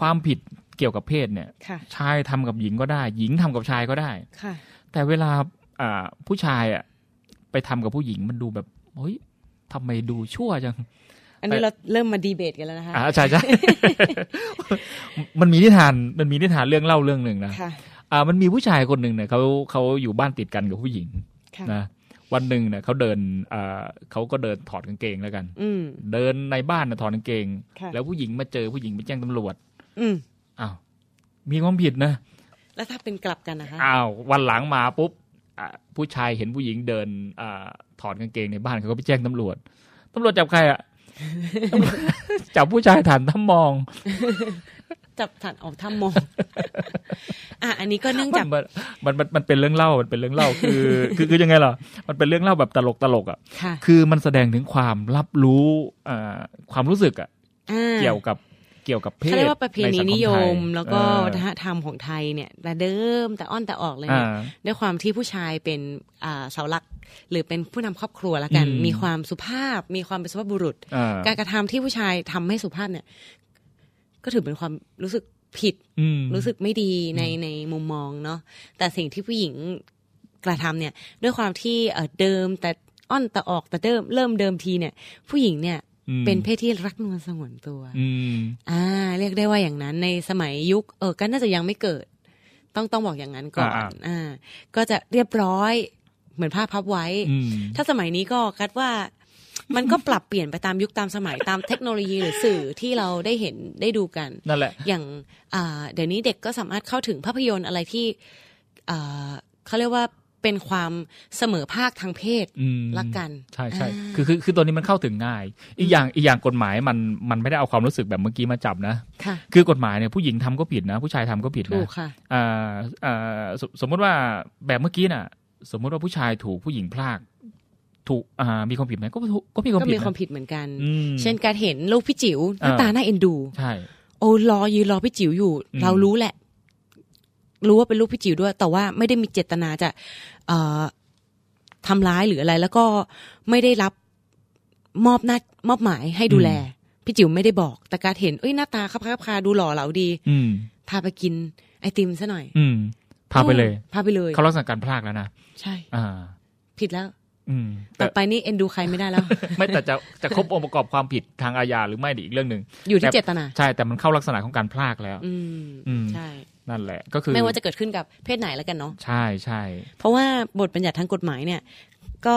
Speaker 5: ความผิดเกี่ยวกับเพศเนี่ย
Speaker 6: ค่ะ
Speaker 5: ชายทำกับหญิงก็ได้ หญิงทำกับชายก็ได้
Speaker 6: ค่ะ
Speaker 5: แต่เวลาอ่าผู้ชายอ่ะไปทำกับผู้หญิงมันดูแบบเฮ้ยทำไมดูชั่วจัง
Speaker 6: อันนี้เราเริ่มมาดีเบตกันแล้วนะคะ
Speaker 5: อ่าใช่ใช่ มันมีนิทานมันมีนิทานเรื่องเล่าเรื่องหนึ่งนะ
Speaker 6: ค่ะ
Speaker 5: อ่ามันมีผู้ชายคนหนึ่งเนี่ยเขาเขาอยู่บ้านติดกันกับผู้หญิง
Speaker 6: ค่ะ
Speaker 5: นะวันหนึ่งเนี่ยเขาเดินอ่าเขาก็เดินถอดกางเกงแล้วกัน
Speaker 6: อืม
Speaker 5: เดินในบ้านนะถอดกางเกง
Speaker 6: ค่ะ
Speaker 5: แล้วผู้หญิงมาเจอผู้หญิงไปแจ้งตำรวจ
Speaker 6: อืม
Speaker 5: อ้าวมีความผิดนะ
Speaker 6: แล้วถ้าเป็นกลับกันนะคะ
Speaker 5: อ้าววันหลังมาปุ๊บอ่ะผู้ชายเห็นผู้หญิงเดินอาถอดกางเกงในบ้านเขาก็ไปแจ้งตำรวจตำรวจจับใครอะ ตำรวจจับผู้ชายฐานทำมอง
Speaker 6: จับถันออกถ้ำมอง อ่ะ อันนี้ก็เนื่องจาก
Speaker 5: มันมันมันมันเป็นเรื่องเล่ามันเป็นเรื่องเล่าคือ คือคือยังไงล่ะมันเป็นเรื่องเล่าแบบตลกตลกอ่ะ
Speaker 6: ค่ะ
Speaker 5: คือมันแสดงถึงความรับรู้อ่าความรู้สึกอ่ะ
Speaker 6: อ่า
Speaker 5: เกี่ยวกับเกี่ยวกับเพศ
Speaker 6: เขาเรียกว่าประเพณีนิยม
Speaker 5: ในสังคไท
Speaker 6: แล้วก็
Speaker 5: เออ
Speaker 6: วัฒนธรรมของไทยเนี่ยแต่เดิมแต่อ้อนแต่ออกเลย
Speaker 5: อ่า
Speaker 6: เนี่ย ด้วยความที่ผู้ชายเป็นอ่าเสาหลัก หรือเป็นผู้นำครอบครัวละกัน
Speaker 5: อืม
Speaker 6: มีความสุภาพ มีความเป็นสุภาพบุรุษ
Speaker 5: อ่า
Speaker 6: การกระทำที่ผู้ชายทำให้สุภาพเนี่ย ก็ถือเป็นความรู้สึกผิด
Speaker 5: อืม
Speaker 6: รู้สึกไม่ดีใน
Speaker 5: อืม
Speaker 6: ในมุมมองเนาะแต่สิ่งที่ผู้หญิงกระทำเนี่ย ด้วยความที่เอ่อเดิมแต่อ้อนแต่ออกแต่เดิมเริ่มเดิมทีเนี่ย ผู้หญิงเนี่ย
Speaker 5: อืม
Speaker 6: เป็นเพศที่รักนวลสงวนตัว
Speaker 5: อืม
Speaker 6: อ่าเรียกได้ว่าอย่างนั้นในสมัยยุคเออก็น่าจะยังไม่เกิด ต้องต้องบอกอย่างนั้นก่อน
Speaker 5: อ่า
Speaker 6: อ่า ก็จะเรียบร้อยเหมือนผ้าพับไว้
Speaker 5: อืม
Speaker 6: ถ้าสมัยนี้ก็คัดว่า มันก็ปรับเปลี่ยนไปตามยุคตามสมัยตามเทคโนโลยีหรือสื่อที่เราได้เห็นได้ดูกัน
Speaker 5: นั่นแหละ
Speaker 6: อย่างอ่าเดี๋ยวนี้เด็กก็สามารถเข้าถึงภาพยนตร์อะไรที่อ่าเขาเรียกว่าเป็นความเสมอภาคทางเพศ
Speaker 5: อืม
Speaker 6: ละกัน
Speaker 5: ใช่ใช่คือคือคือตัวนี้มันเข้าถึงง่าย อีกอย่างอีกอย่างกฎหมายมันมันไม่ได้เอาความรู้สึกแบบเมื่อกี้มาจับนะ
Speaker 6: ค่ะ
Speaker 5: คือกฎหมายเนี่ยผู้หญิงทำก็ผิดนะ ผู้ชายทำก็ผิด
Speaker 6: ถู
Speaker 5: นะ
Speaker 6: กค่ะ
Speaker 5: อ่าอ่าสมสมมติว่าแบบเมื่อกี้น่ะ สมมติว่าผู้ชายถูกผู้หญิงพลาก ถูกอ่ามีความผิดไหมก็ถูกก็มีความ
Speaker 6: ก็
Speaker 5: ผิด
Speaker 6: มีความ
Speaker 5: นะ
Speaker 6: ผิดเหมือนกัน
Speaker 5: อืม
Speaker 6: เช่นการเห็นลูกพี่จิ๋วหน้า
Speaker 5: อ่า
Speaker 6: ตาหน้าเอ็นดู
Speaker 5: ใช่
Speaker 6: โอ้รอยืนรอพี่จิ๋วอยู่
Speaker 5: อืม
Speaker 6: เรารู้แหละ รู้ว่าเป็นลูกพี่จิ๋วด้วย แต่ว่าไม่ได้มีเจตนาจะ เอ่อทำร้ายหรืออะไร แล้วก็ไม่ได้รับมอบหน้ามอบหมายให้ดูแล พี่จิ๋วไม่ได้บอก แต่การเห็นเอ้ยหน้าตาคับคับคาดูหล่อเหลาดี
Speaker 5: อืม
Speaker 6: พาไปกินไอติมซะหน่อย
Speaker 5: อืมพาไปเลย
Speaker 6: พาไปเลย
Speaker 5: เขาลักษณะการพลากแล้วนะ
Speaker 6: ใช่
Speaker 5: อ่า
Speaker 6: ผิดแล้ว
Speaker 5: อืม
Speaker 6: ต่
Speaker 5: แต่
Speaker 6: อไปนี่เอ็นดูใครไม่ได้แล้ว
Speaker 5: ไม่แต่จะจะครบองค์ประกอบความผิดทางอาญาหรือไม่ดีอีกเรื่องหนึ่ง
Speaker 6: อยู่ที่
Speaker 5: แต่
Speaker 6: เจตนา
Speaker 5: ใช่แต่มันเข้าลักษณะของการพลากแล้ว
Speaker 6: อืม
Speaker 5: อืม
Speaker 6: ใช่
Speaker 5: นั่นแหละก็คือ
Speaker 6: ไม่ว่าจะเกิดขึ้นกับเพศไหนแล้วกันเนาะ
Speaker 5: ใช่ใช่
Speaker 6: เพราะว่าบทบัญญัติทางกฎหมายเนี่ย ก็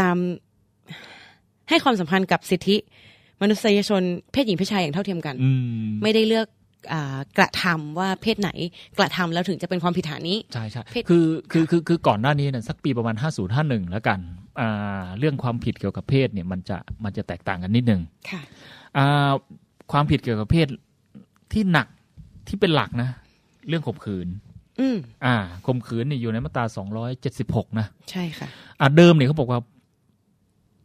Speaker 6: ตาม ให้ความสำคัญกับสิทธิ มนุษยชนเพศหญิงเพศชายอย่างเท่าเทียมกัน
Speaker 5: อืม
Speaker 6: ไม่ได้เลือกอ่ากระทำว่าเพศไหนกระทำแล้วถึงจะเป็นความผิดฐานนี้
Speaker 5: ใช่ใช่
Speaker 6: เพศ
Speaker 5: คือคือคือคือก่อนหน้านี้เนี่ยสักปีประมาณ 5051 แล้วกันอ่าเรื่องความผิดเกี่ยวกับเพศเนี่ยมันจะมันจะแตกต่างกันนิดนึง
Speaker 6: ค่ะ
Speaker 5: อ่าความผิดเกี่ยวกับเพศที่หนักที่เป็นหลักนะ เรื่องข่มขืน
Speaker 6: อืม
Speaker 5: อ่าข่มขืนเนี่ยอยู่ในมาตรา 276 นะ
Speaker 6: ใช่ค่ะ
Speaker 5: อ่าเดิมเนี่ยเขาบอกว่า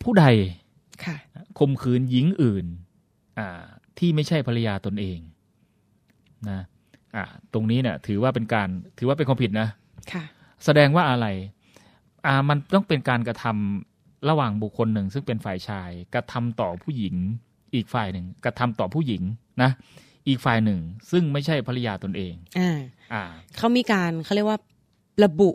Speaker 5: ผู้ใด
Speaker 6: ค่ะ
Speaker 5: ข่มขืนหญิงอื่น อ่า ที่ไม่ใช่ภรรยาตนเองนะอ่า ตรงนี้เนี่ย ถือว่าเป็นการถือว่าเป็นความผิดนะ
Speaker 6: ค่ะ
Speaker 5: แสดงว่าอะไร อ่า มันต้องเป็นการกระทำระหว่างบุคคลหนึ่ง ซึ่งเป็นฝ่ายชาย กระทำต่อผู้หญิง อีกฝ่ายหนึ่ง กระทำต่อผู้หญิงนะ อีกฝ่ายหนึ่ง ซึ่งไม่ใช่ภรรยาตนเอง
Speaker 6: อ่า
Speaker 5: อ่า
Speaker 6: เขามีการเขาเรียกว่าระบุ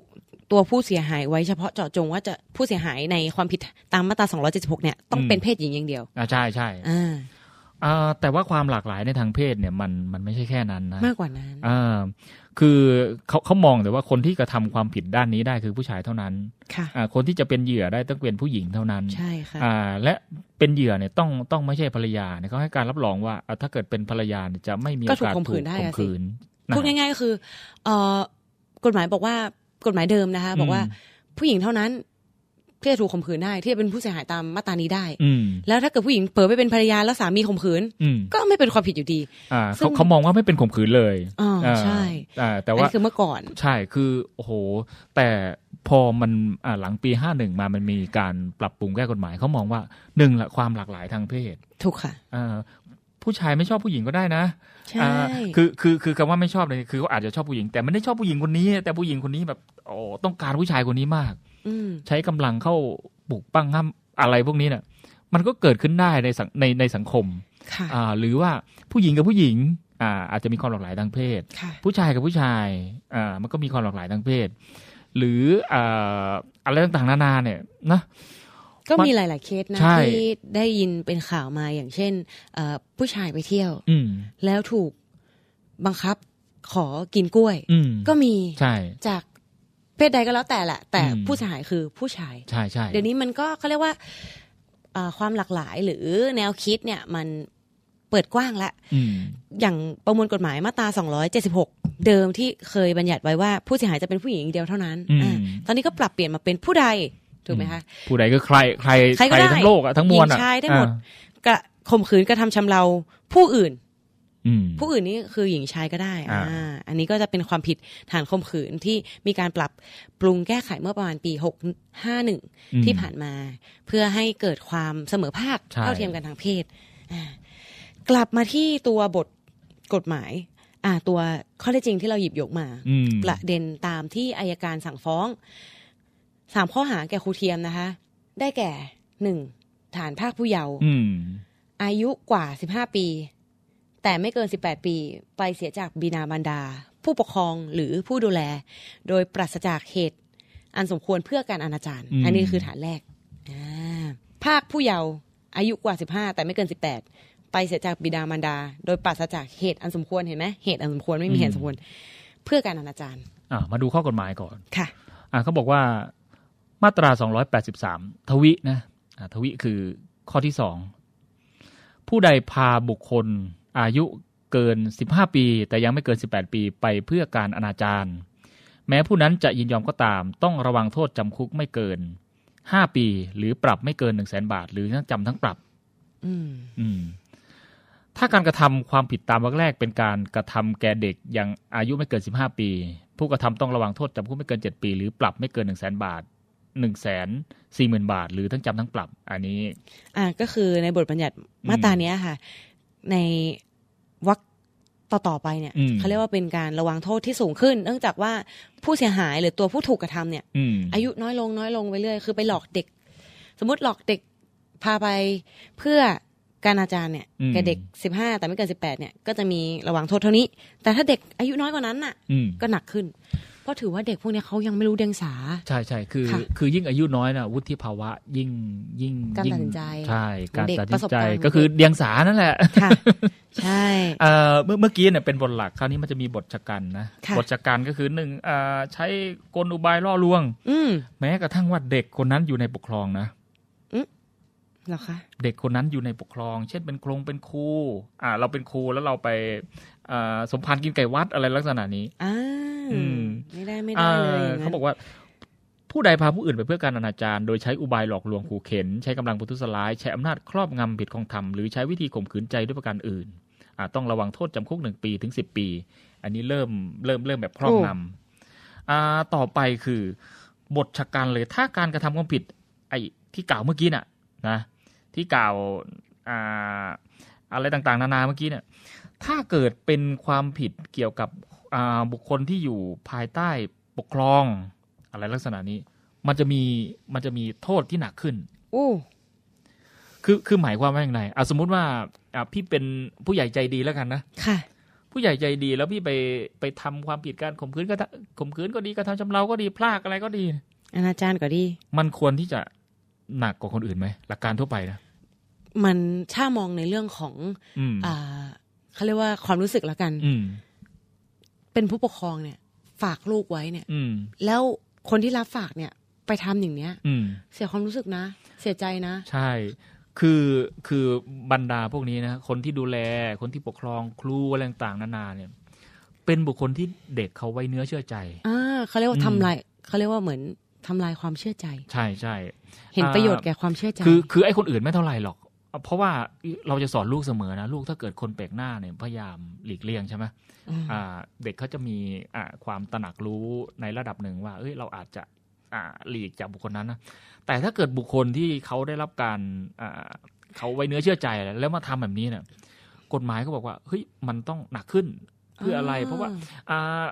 Speaker 6: ตัวผู้เสียหายไว้เฉพาะเจาะจงว่าจะผู้เสียหายในความผิดตามมาตรา 276 เนี่ย ต้อง
Speaker 5: อืม
Speaker 6: เป็นเพศหญิงอย่างเดียว
Speaker 5: อ่าใช่ใช่
Speaker 6: อ่า
Speaker 5: อ่าแต่ว่าความหลากหลายในทางเพศเนี่ยมันมันไม่ใช่แค่นั้นนะ
Speaker 6: มากกว่านั้น
Speaker 5: อ่าคือเขาเขามองแต่ว่าคนที่กระทำความผิดด้านนี้ได้คือผู้ชายเท่านั้น
Speaker 6: ค่ะ
Speaker 5: อ่า คนที่จะเป็นเหยื่อได้ต้องเป็นผู้หญิงเท่านั้น
Speaker 6: ใช่ค่ะ
Speaker 5: อ่าและเป็นเหยื่อเนี่ยต้องต้องไม่ใช่ภรรยาเนี่ยเขาให้การรับรองว่าอ่าถ้าเกิดเป็นภรรยาเนี่ยจะไม่มี
Speaker 6: ก็
Speaker 5: โอ
Speaker 6: ถูก
Speaker 5: กาส
Speaker 6: ข่มขืนได้
Speaker 5: ถูกข่
Speaker 6: อะ
Speaker 5: ม
Speaker 6: สิ
Speaker 5: ขืนนะ
Speaker 6: พูดง่ายๆก็คือเออกฎหมายบอกว่ากฎหมายเดิมนะคะ บอกว่าผู้หญิงเท่านั้นที่จะถูกข่มขืนได้ที่จะเป็นผู้เสียหายตามมาตรานี้ได้
Speaker 5: อืม
Speaker 6: แล้วถ้าเกิดผู้หญิงเผลอไปเป็นภรรยาแล้วสามีข่มขืน
Speaker 5: อืม
Speaker 6: ก็ไม่เป็นความผิดอยู่ดี
Speaker 5: อ่า
Speaker 6: ซึ่
Speaker 5: เขา
Speaker 6: ง
Speaker 5: เขามองว่าไม่เป็นข่มขืนเลย
Speaker 6: อ่าใช่
Speaker 5: อ่าแต่
Speaker 6: อัน
Speaker 5: ว่า
Speaker 6: นี้คือเมื่อก่อน
Speaker 5: ใช่คือโอ้โห แต่พอมันอ่าหลังปีห้าหนึ่งมามันมีการปรับปรุงแก้กฎหมายเขามองว่าหนึ่งละความหลากหลายทางเพศ
Speaker 6: ถูกค่ะ
Speaker 5: อ่าผู้ชายไม่ชอบผู้หญิงก็ได้นะ
Speaker 6: ใช่
Speaker 5: อ่าคือคือคือคำว่าไม่ชอบเลยคือเขาอาจจะชอบผู้หญิง แต่ไม่ได้ชอบผู้หญิงคนนี้ แต่ผู้หญิงคนนี้แบบโอ้ต้องการผู้ชายคนนี้มาก
Speaker 6: อืม
Speaker 5: ใช้กำลังเข้าปลุกปั้งห้ามอะไรพวกนี้เนี่ยมันก็เกิดขึ้นได้ในสังในในสังคม
Speaker 6: ค่ะ
Speaker 5: อ่าหรือว่าผู้หญิงกับผู้หญิงอ่าอาจจะมีความหลากหลายทางเพศ
Speaker 6: ค่ะ
Speaker 5: ผู้ชายกับผู้ชายอ่ามันก็มีความหลากหลายทางเพศ หรืออ่าอะไรต่างๆนานาเนี่ยนะ
Speaker 6: ก็มีหลาย ๆ เคสนะ
Speaker 5: ใช่
Speaker 6: ที่ได้ยินเป็นข่าวมาอย่างเช่นเอ่อผู้ชายไปเที่ยว
Speaker 5: อืม
Speaker 6: แล้วถูกบังคับขอกินกล้วย
Speaker 5: อืม
Speaker 6: ก็มี
Speaker 5: ใช่
Speaker 6: จากเพศใดก็แล้วแต่แหละ แต่
Speaker 5: อืม
Speaker 6: ผู้เสียหายคือผู้ชาย
Speaker 5: ใช่ใช่
Speaker 6: เดี๋ยวนี้มันก็เขาเรียกว่าเอ่อความหลากหลายหรือแนวคิดเนี่ยมันเปิดกว้างละ
Speaker 5: อืม
Speaker 6: อย่างประมวลกฎหมายมาตรา 276 เดิมที่เคยบัญญัติไว้ว่าผู้เสียหายจะเป็นผู้หญิงอย่างเดียวเท่านั้น
Speaker 5: อืม
Speaker 6: อาตอนนี้ก็ปรับเปลี่ยนมาเป็นผู้ใดถูกไหมคะ
Speaker 5: ผู้ใดก็ใครใคร
Speaker 6: ใครก็ได้
Speaker 5: ทั้งโลกอะทั้งมวล
Speaker 6: หญิ
Speaker 5: อะ
Speaker 6: งชายได้หมด
Speaker 5: อ่าก
Speaker 6: ระข่มขืนกระทำชำเราผู้อื่น
Speaker 5: อืม
Speaker 6: ผู้อื่นนี่คือหญิงชายก็ได้
Speaker 5: อ่า
Speaker 6: อ่าอันนี้ก็จะเป็นความผิดฐานข่มขืนที่มีการปรับปรุงแก้ไขเมื่อประมาณปี 651 ที่ผ่านมา เพื่อให้เกิดความเสมอภาค
Speaker 5: ใช่
Speaker 6: เท่าเทียมกันทางเพศอ่ากลับมาที่ตัวบทกฎหมาย อ่า ตัวข้อเท็จจริงที่เราหยิบยกมา
Speaker 5: อืม
Speaker 6: ประเด็นตามที่อายการสั่งฟ้องสามข้อหาแก่ครูเทียมนะคะ ได้แก่หนึ่งฐานภาคผู้เยาว์
Speaker 5: อืม
Speaker 6: อายุกว่า 15 ปี แต่ไม่เกิน 18 ปี ไปเสียจากบิดามารดา ผู้ปกครองหรือผู้ดูแล โดยปราศจากเหตุ อันสมควรเพื่อการอนาจารอันนี้คือฐานแรกอ่าภาคผู้เยาว์อายุกว่า 15 แต่ไม่เกิน 18 ไปเสียจากบิดามารดา โดยปราศจากเหตุอันสมควรเห็นไหมเหตุอันสมควรไม่มีเหตุอันสมควร เพื่อการอนาจาร
Speaker 5: อ่ามาดูข้อกฎหมายก่อน
Speaker 6: ค่ะ
Speaker 5: อ่าเขาบอกว่ามาตรา 283 ทวินะอ่าทวิคือข้อที่สองผู้ใดพาบุคคลอายุเกิน 15 ปี แต่ยังไม่เกิน 18 ปีไปเพื่อการอนาจารแม้ผู้นั้นจะยินยอมก็ตาม ต้องระวังโทษจำคุกไม่เกิน 5 ปี หรือปรับไม่เกิน 1 0 0 0 0แบาท หรือทั้งจำทั้งปรับ
Speaker 6: อืม
Speaker 5: อืม ถ้าการกระทำความผิดตามวรรคแรกเป็นการกระทำแก่เด็กยังอายุไม่เกิน 15 ปี ผู้กระทำต้องระวังโทษจำคุกไม่เกิน 7 ปี หรือปรับไม่เกิน 1 0 0 0 0แบาท1 4 0 0 0 0 บาท หรือทั้งจำทั้งปรับ อันนี้
Speaker 6: อ่าก็คือในบทบัญญัติมาตราเนี้ยค่ะ ในวรรคต่อต่อๆไปเนี่ย
Speaker 5: อืม
Speaker 6: เขาเรียกว่าเป็นการระวังโทษที่สูงขึ้น เนื่องจากว่าผู้เสียหายหรือตัวผู้ถูกกระทำเนี่ย
Speaker 5: อืม
Speaker 6: อายุน้อยลงน้อยลงไปเรื่อยคือไปหลอกเด็ก สมมติหลอกเด็กพาไปเพื่อการอนาจารเนี่ยแก่เด็กสิบห้าแต่ไม่เกินสิบแปดเนี่ยก็จะมีระวังโทษเท่านี้ แต่ถ้าเด็กอายุน้อยกว่านั้นน่ะ
Speaker 5: อืม
Speaker 6: ก็หนักขึ้น เพราะถือว่าเด็กพวกเนี้ยเขายังไม่รู้เดียงสา
Speaker 5: ใช่ใช่คือ
Speaker 6: ค่ะ
Speaker 5: คือยิ่งอายุน้อยนะวุฒิภาวะยิ่งยิ่ง
Speaker 6: การ
Speaker 5: ยิ่ง
Speaker 6: ตัดสินใจ
Speaker 5: ใช่การ
Speaker 6: เด็ก
Speaker 5: ตัด
Speaker 6: ป
Speaker 5: สิ
Speaker 6: ระ
Speaker 5: น
Speaker 6: สบ
Speaker 5: ใจ
Speaker 6: การณ์
Speaker 5: ก็คือเดียงสานั่นแหละ
Speaker 6: ค่ะ ใช่
Speaker 5: เอ่อเมื่อเมื่อกี้เนี่ยเป็นบทหลักคราวนี้มันจะมีบทชะกันนะ
Speaker 6: ค่ะ
Speaker 5: บทชะกันก็คือหนึ่งอ่าใช้กลอุบายล่อลวง
Speaker 6: อืม
Speaker 5: แม้กระทั่งว่าเด็กคนนั้นอยู่ในปกครองนะ
Speaker 6: อืม เหรอคะ
Speaker 5: เด็กคนนั้นอยู่ในปกครอง เช่นเป็นครงเป็นครูอ่า เราเป็นครูแล้วเราไปอ่าสมภารกินไก่วัดอะไรลักษณะนี้
Speaker 6: อ่า
Speaker 5: อืม
Speaker 6: ไม่ได้ไม่ได้เลยย่ง
Speaker 5: อ่า
Speaker 6: นั้น
Speaker 5: เขาบอกว่า ผู้ใดพาผู้อื่นไปเพื่อการอนาจารโดยใช้อุบายหลอกลวงขู่เข็น ใช้กำลังประทุษร้ายใช้อำนาจครอบงำผิดของธรรมหรือใช้วิธีข่มขืนใจด้วยประการอื่นอาจต้องระวังโทษจำคุกหนึ่งปีถึงสิบปี อันนี้เริ่มเริ่มเริ่มแบบครอบงำอ่าต่อไปคือบทชะกันเลยถ้าการกระทำความผิด ไอ้ที่กล่าวเมื่อกี้น่ะนะที่กล่าวอ่าอะไรต่างๆ นานาเมื่อกี้เนี่ย ถ้าเกิดเป็นความผิดเกี่ยวกับอ่าบุคคลที่อยู่ภายใต้ปกครอง อะไรลักษณะนี้ มันจะมีมันจะมีโทษที่หนักขึ้น
Speaker 6: อู้
Speaker 5: คือคือหมายความว่าอย่างไรอ่ะสมมุติว่าอ่ะพี่เป็นผู้ใหญ่ใจดีแล้วกันนะ
Speaker 6: ค่ะ
Speaker 5: ผู้ใหญ่ใจดีแล้วพี่ไปไปทำความผิดการข่มขืนก็ทะข่มขืนก็ดีกระทำชำเราก็ดีพลากอะไรก็ดี
Speaker 6: อนาจารย์ก็ดี
Speaker 5: มันควรที่จะหนักกว่าคนอื่นไหมหลักการทั่วไปนะ
Speaker 6: มันถ้ามองในเรื่องของ
Speaker 5: อืม
Speaker 6: อ่าเขาเรียกว่าความรู้สึกแล้วกัน
Speaker 5: อืม
Speaker 6: เป็นผู้ปกครองเนี่ย ฝากลูกไว้เนี่ย
Speaker 5: อืม
Speaker 6: แล้วคนที่รับฝากเนี่ย ไปทำอย่างเนี้ย
Speaker 5: อืม
Speaker 6: เสียความรู้สึกนะ เสียใจนะ
Speaker 5: ใช่ คือ คือบรรดาพวกนี้นะ คนที่ดูแล คนที่ปกครอง ครูอะไรต่างๆนานาเนี่ย เป็นบุคคลที่เด็กเขาไว้เนื้อเชื่อใจ
Speaker 6: อ่าเขาเรียกว่า
Speaker 5: อืม
Speaker 6: ทำลายเขาเรียกว่าเหมือนทำลายความเชื่อใจ
Speaker 5: ใช่ใช่
Speaker 6: เห็นประโยชน์แก่ความเชื่อใจ
Speaker 5: คือ คือไอ้คนอื่นไม่เท่าไหร่หรอก เพราะว่าเราจะสอนลูกเสมอนะ ลูกถ้าเกิดคนแปลกหน้าเนี่ย พยายามหลีกเลี่ยงใช่ไหม
Speaker 6: อืม
Speaker 5: อ่า เด็กเขาจะมีอ่าความตระหนักรู้ในระดับหนึ่งว่า เอ้ย เราอาจจะ อ่า หลีกจากบุคคลนั้นนะ แต่ถ้าเกิดบุคคลที่เขาได้รับการ อ่า เขาไว้เนื้อเชื่อใจแล้วแล้วมาทำแบบนี้เนี่ย กฎหมายก็บอกว่า เฮ้ย มันต้องหนักขึ้น เพื่ออะไร เพราะว่า อ่า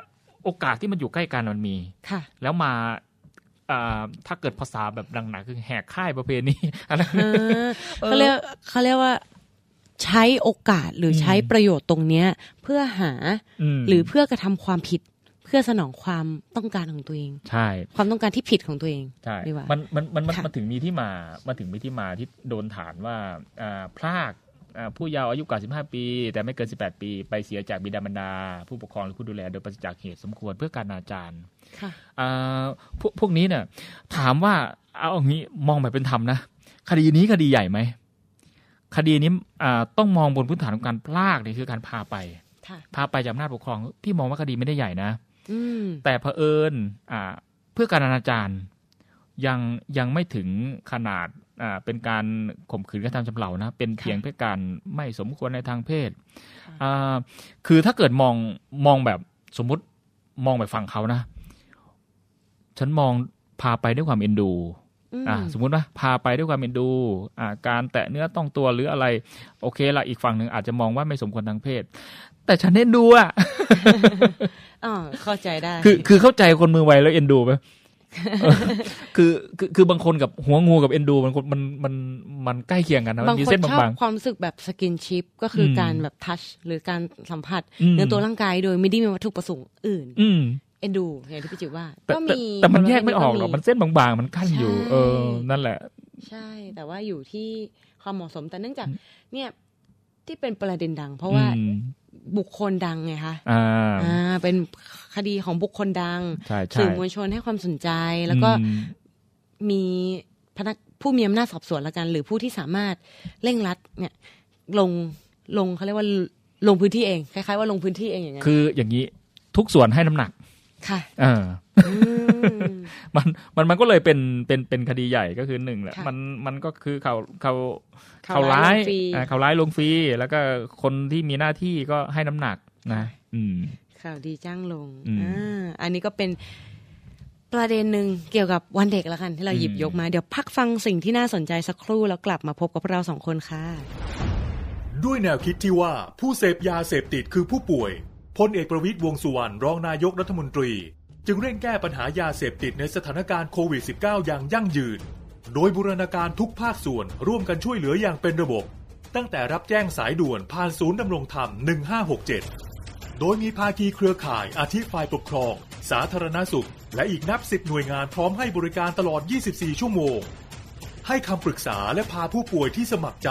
Speaker 5: โอกาสที่มันอยู่ใกล้กันมันมี
Speaker 6: ค่ะ
Speaker 5: แล้วมาอ่าถ้าเกิดภาษาแบบดังหนักคือแหกค่าย ประเพณี อะไร
Speaker 6: เออเขาเรียกเขาเรียกว่าใช้โอกาสหรือใช้ประโยชน์ตรงเนี้ย เพื่อหาม หรือเพื่อกระทำความผิด เพื่อสนองความต้องการของตัวเอง
Speaker 5: ใช่
Speaker 6: ความต้องการที่ผิดของตัวเอง
Speaker 5: ใช่
Speaker 6: ดีกว่ามั
Speaker 5: มันมันมันมัน
Speaker 6: ค่ะ
Speaker 5: มันถึงมีที่มามันถึงมีที่มาที่โดนฐานว่าอ่าพลากอ่าผู้เยาว์อายุเกิน15 ปี แต่ไม่เกิน 18 ปี ไปเสียจากบิดามารดา ผู้ปกครองหรือผู้ดูแลโดยปราศจากเหตุสมควรเพื่อการอนาจาร
Speaker 6: ค่ะ
Speaker 5: อ่าพวกพวกนี้เนี่ยถามว่าเอาอย่างนี้มองแบบเป็นธรรมนะ คดีนี้คดีใหญ่ไหมคดีนี้อ่าต้องมองบนพื้นฐานของการพลากเนี่ยคือการพาไป
Speaker 6: ค่ะ
Speaker 5: พาไปจากอำนาจปกครองพี่มองว่าคดีไม่ได้ใหญ่นะ
Speaker 6: อืม
Speaker 5: แต่เผอิญอ่าเพื่อการอนาจารยังยังไม่ถึงขนาดอ่าเป็นการข่มขืนกระทำชำเหล่านะ เป็นเพียง
Speaker 6: ค่ะ
Speaker 5: เพื่อการไม่สมควรในทางเพศอ่าคือถ้าเกิดมองมองแบบสมมติมองแบบฝั่งเขานะ ฉันมองพาไปด้วยความเอ็นดู
Speaker 6: อืม
Speaker 5: อ่าสมมุติว่าพาไปด้วยความเอ็นดูอ่าการแตะเนื้อต้องตัวหรืออะไร โอเคละอีกฝั่งหนึ่งอาจจะมองว่าไม่สมควรทางเพศ แต่ฉันเอ็นดูอ่ะ
Speaker 6: อ๋อเข้าใจได้
Speaker 5: คือคือเข้าใจคนมือไวแล้วเอ็น ดูไหม เออคือคือคือบางคนกับหัวงูกับเอ็นดูมันคนมันมันมันใกล้เคียงกันนะมั
Speaker 6: บาง
Speaker 5: นมี
Speaker 6: คน
Speaker 5: เส้น
Speaker 6: ชอบบ
Speaker 5: าง
Speaker 6: ความรู้สึกแบบสกินชิปก็คืออ
Speaker 5: ม
Speaker 6: การแบบทัชหรือการสัมผัส
Speaker 5: อืม
Speaker 6: เนื้อตัวร่างกายโดยไม่ได้มีวัตถุประสงค์อื่น
Speaker 5: ๆอืม
Speaker 6: เอ็นดูอย่างที่พี่จิ๋วว่า
Speaker 5: แต่
Speaker 6: ก็
Speaker 5: แต่
Speaker 6: มี
Speaker 5: แต่มัน
Speaker 6: ค
Speaker 5: แยกไม่ออกหรอกมันเส้นบางๆ มันกั้นอยู่ เออ นั่นแหละ
Speaker 6: ใช่ แต่ว่าอยู่ที่ความเหมาะสมแต่เนื่องจาก เนี่ยที่เป็นประเด็นดัง เพราะว่า
Speaker 5: อืม
Speaker 6: บุคคลดังไงคะ
Speaker 5: อ่า
Speaker 6: อ่าเป็นคดีของบุคคลดัง
Speaker 5: ใช่ใช่
Speaker 6: สื่อมวลชนให้ความสนใจแล้วก็
Speaker 5: อืม
Speaker 6: มีพนักผู้มีอำนาจสอบสวนละกัน หรือผู้ที่สามารถเร่งรัดเนี่ยลงลงเขาเรียกว่าลงพื้นที่เองคล้ายๆว่าลงพื้นที่เองอย่างเงี้ย
Speaker 5: คืออย่างนี้ทุกส่วนให้น้ำหนัก
Speaker 6: ค่ะ
Speaker 5: เออ
Speaker 6: อืม
Speaker 5: มันมันมันก็เลยเป็นเป็นเป็นคดีใหญ่ก็คือหนึ่งแหละ
Speaker 6: ค่ะ
Speaker 5: มันมันก็คือเขาเขา
Speaker 6: ข่าวร้ายลงฟรี
Speaker 5: อ่าเขาร้ายลงฟรีแล้วก็คนที่มีหน้าที่ก็ให้น้ำหนักนะ
Speaker 6: ค่ะ
Speaker 5: อืม
Speaker 6: ข่าวดีจ้างลง
Speaker 5: อืม
Speaker 6: อ่าอันนี้ก็เป็นประเด็นหนึ่งเกี่ยวกับวันเด็กละกัน ที่เราหยิบ
Speaker 5: อืม
Speaker 6: ยกมา เดี๋ยวพักฟังสิ่งที่น่าสนใจสักครู่แล้วกลับมาพบกับพวกเราสองคนค่ะ
Speaker 7: ด้วยแนวคิดที่ว่าผู้เสพยาเสพติดคือผู้ป่วยพลเอกประวิตยวงษ์สุวรรณรองนายกรัฐมนตรี จึงเร่งแก้ปัญหายาเสพติดในสถานการณ์โควิด -19 อย่างยั่งยืน โดยบูรณาการทุกภาคส่วนร่วมกันช่วยเหลืออย่างเป็นระบบ ตั้งแต่รับแจ้งสายด่วนผ่านศูนย์ดำรงธรรม 1567 โดยมีภาคีเครือข่ายอาทิฝ่ายปกครอง สาธารณสุข และอีกนับสิบหน่วยงานพร้อมให้บริการตลอด 24 ชั่วโมง ให้คำปรึกษาและพาผู้ป่วยที่สมัครใจ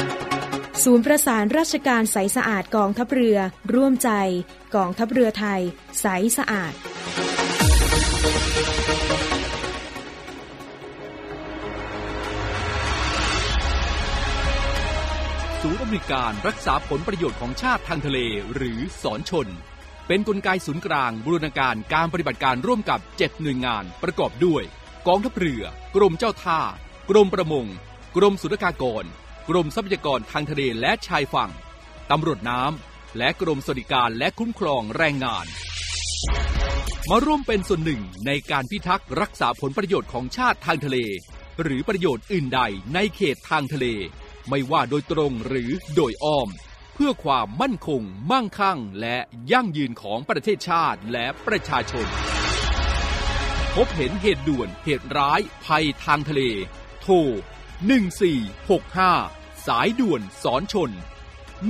Speaker 8: ศูนย์ประสานราชการใสสะอาดกองทัพเรือ ร่วมใจ กองทัพเรือไทย ใสสะอาด
Speaker 1: ศูนย์อำนวยการรักษาผลประโยชน์ของชาติทางทะเลหรือสอนชน เป็นกลไกศูนย์กลางบูรณาการการปฏิบัติการร่วมกับ 7 หน่วยงานประกอบด้วย กองทัพเรือ กรมเจ้าท่า กรมประมง กรมสุรากร กรมทรัพยากรทางทะเลและชายฝั่ง ตำรวจน้ำ และกรมสวัสดิการและคุ้มครองแรงงาน มาร่วมเป็นส่วนหนึ่งในการพิทักษ์รักษาผลประโยชน์ของชาติทางทะเล หรือประโยชน์อื่นใดในเขตทางทะเล ไม่ว่าโดยตรงหรือโดยอ้อม เพื่อความมั่นคง มั่งคั่ง และยั่งยืนของประเทศชาติและประชาชน พบเห็นเหตุด่วนเหตุร้าย ภัยทางทะเล โทร 1465 สายด่วนสอนชน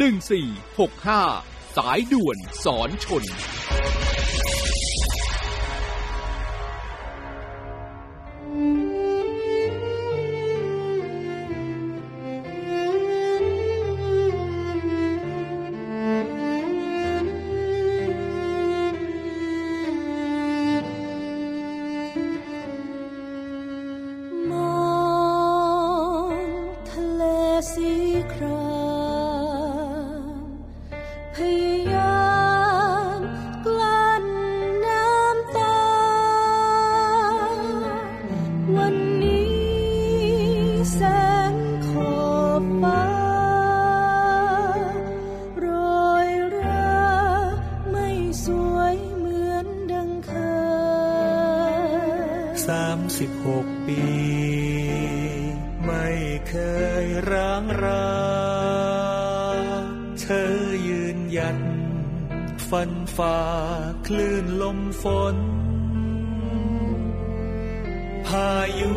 Speaker 1: 1465 สายด่วนสอนชน
Speaker 2: มองทะเลสีครามพยายามกลั้นน้ำตา วันนี้แสงขอบฟ้าโรยราไม่สวยเหมือนดังเคย
Speaker 9: 36 ปี ไม่เคยร้างรา เธอยืนหยัด ฟันฝ่าคลื่นลมฝน พายุ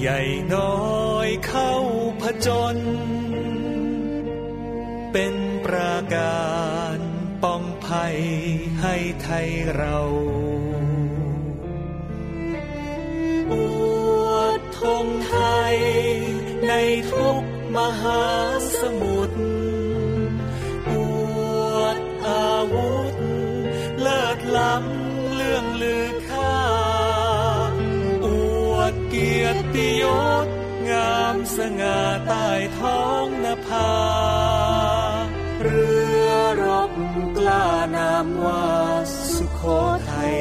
Speaker 9: ใหญ่น้อยเข้าผจญ เป็นปราการป้องภัยให้ไทยเรา ปวดธงไทย ในทุกมหาสมุทรปวดอาวุธ เลิศล้ำเลื่องลือค่าอวดเกียรติยศ งามสง่าใต้ท้องนภา เรือรบกล้านามว่าสุโขทัย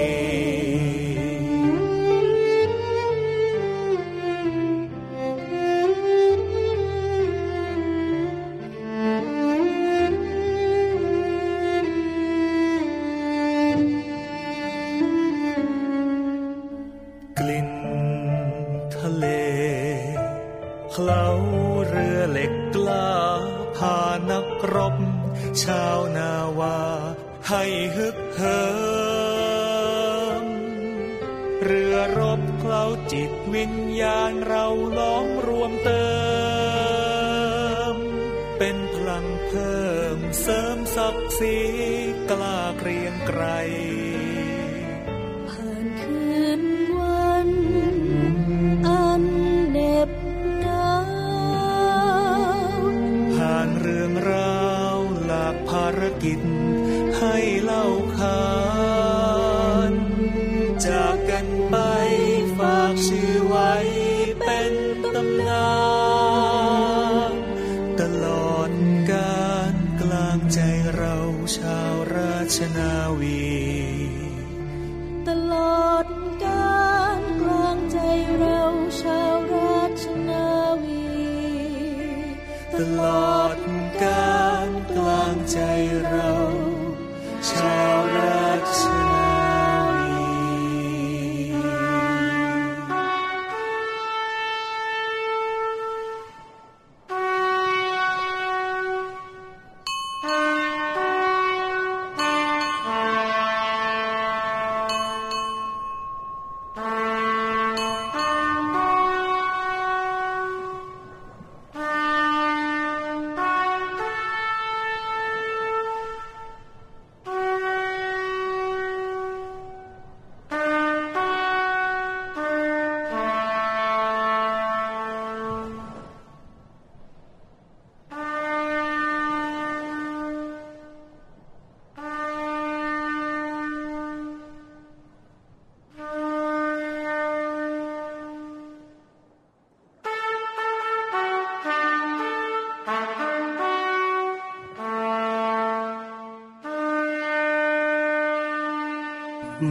Speaker 9: กลิ่นทะเล เคล้าเรือเหล็กกล้า พานักรบ ชาวนาวา ให้ฮึกเหิม เรือรบเคล้าจิตวิญญาณเราล้อมรวมเติม เป็นพลังเพิ่มเสริมศักดิ์ศรีก ล้าเกรียงไกร
Speaker 2: ผ่านคืนวัน อันเหน็บหนาว
Speaker 9: ผ่านเรื่องราวหลากภารกิจ ให้เล่าขานจากกันไปฝากชื่อไว้เป็นตำนานตลอดการกลางใจเราชาวราชนาวี
Speaker 2: ตลอดการกลางใจเราชาวราชนาวี
Speaker 9: ตลอดการกลางใจเรา ชาวราชนาวี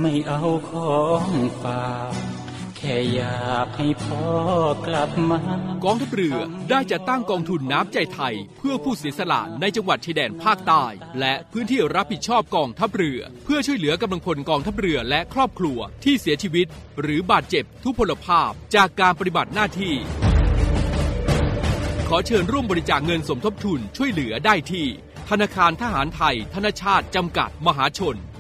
Speaker 10: ไม่เอาของฝากแค่อยากให้พ่อกลับมา
Speaker 1: กองทัพเรือได้จัดตั้งกองทุนน้ำใจไทย เพื่อผู้เสียสละในจังหวัดชายแดนภาคใต้และพื้นที่รับผิดชอบกองทัพเรือ เพื่อช่วยเหลือกำลังพลกองทัพเรือและครอบครัวที่เสียชีวิต หรือบาดเจ็บทุพพลภาพจากการปฏิบัติหน้าที่ ขอเชิญร่วมบริจาคเงินสมทบทุนช่วยเหลือได้ที่ ธนาคารทหารไทย ธนชาติจำกัดมหาชน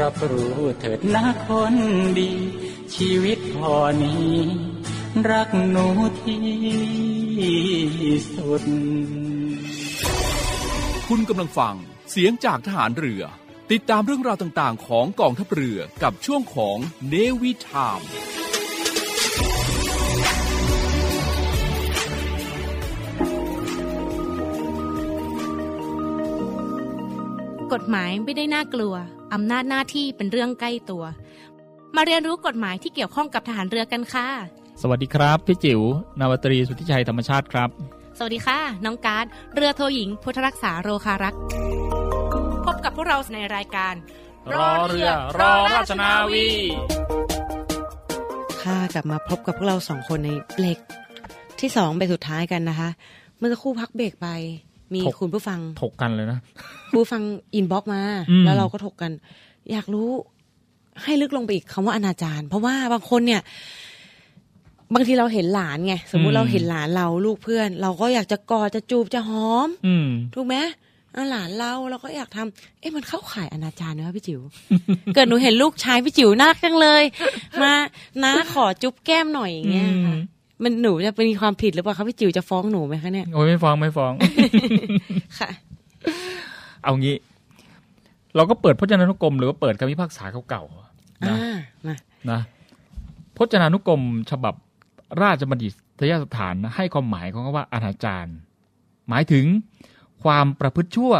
Speaker 10: รับรู้เถิดนะคนดี ชีวิตพอนี้ รักหนูที่สุด
Speaker 1: คุณกำลังฟังเสียงจากทหารเรือ ติดตามเรื่องราวต่างๆ ของกองทัพเรือกับช่วงของเนวิทาม
Speaker 4: กฎหมายไม่ได้น่ากลัว อำนาจหน้าที่เป็นเรื่องใกล้ตัว มาเรียนรู้กฎหมายที่เกี่ยวข้องกับทหารเรือกันค่ะ
Speaker 5: สวัสดีครับ พี่จิว๋ว นาวาตรีสุทธิชัยธรรมชาติครับ
Speaker 4: สวัสดีค่ะ น้องการ์ดเรือโทหญิง พุทธรักษาโรคารักษ์พบกับพวกเราในรายการ
Speaker 5: รอเรือรอราชนาวี
Speaker 6: ค่ะกลับมาพบกับพวกเราสองคนในเบรกที่สองเบรกสุดท้ายกันนะคะ เมื่อสักครู่พักเบรกไป มี
Speaker 5: ถก
Speaker 6: คุณผู้ฟัง
Speaker 5: ถกกันเลยนะ
Speaker 6: ผู้ฟังอินบ็อกมา
Speaker 5: อืม
Speaker 6: แล้วเราก็ถกกัน อยากรู้ให้ลึกลงไปอีกคำว่าอนาจารเพราะว่าบางคนเนี่ย บางทีเราเห็นหลานไง สมมุติเราเห็นหลานเราลูกเพื่อน เราก็อยากจะกอดจะจูบจะหอม
Speaker 5: อืม
Speaker 6: ถูกไหมอ่ะหลานเราเราก็อยากทำเอ๊ะมันเข้าข่ายอนาจารไหมคะพี่ จิ๋ว เกิดหนูเห็นลูกชายพี่จิ๋วน่ารักจังเลย มาน้าขอจุ๊บแก้มหน่อยอย่างเงี้ยค่ะ
Speaker 5: อืม
Speaker 6: มันหนูจะเป็นความผิดหรือเปล่าคะพี่จิ๋วจะฟ้องหนูไหมคะเนี่ย
Speaker 5: โอ้ยไม่ฟ้องไม่ฟ้อง
Speaker 6: ค่ะ
Speaker 5: เอางี้ เราก็เปิดพจนานุกรม หรือว่าเปิดคำพิพากษาเก่าๆนะ
Speaker 6: อ่ามา
Speaker 5: นะพจนานุกรมฉบับราชบัณฑิตยสถานนะให้ความหมายของคำว่าอนาจารหมายถึงความประพฤติชั่ว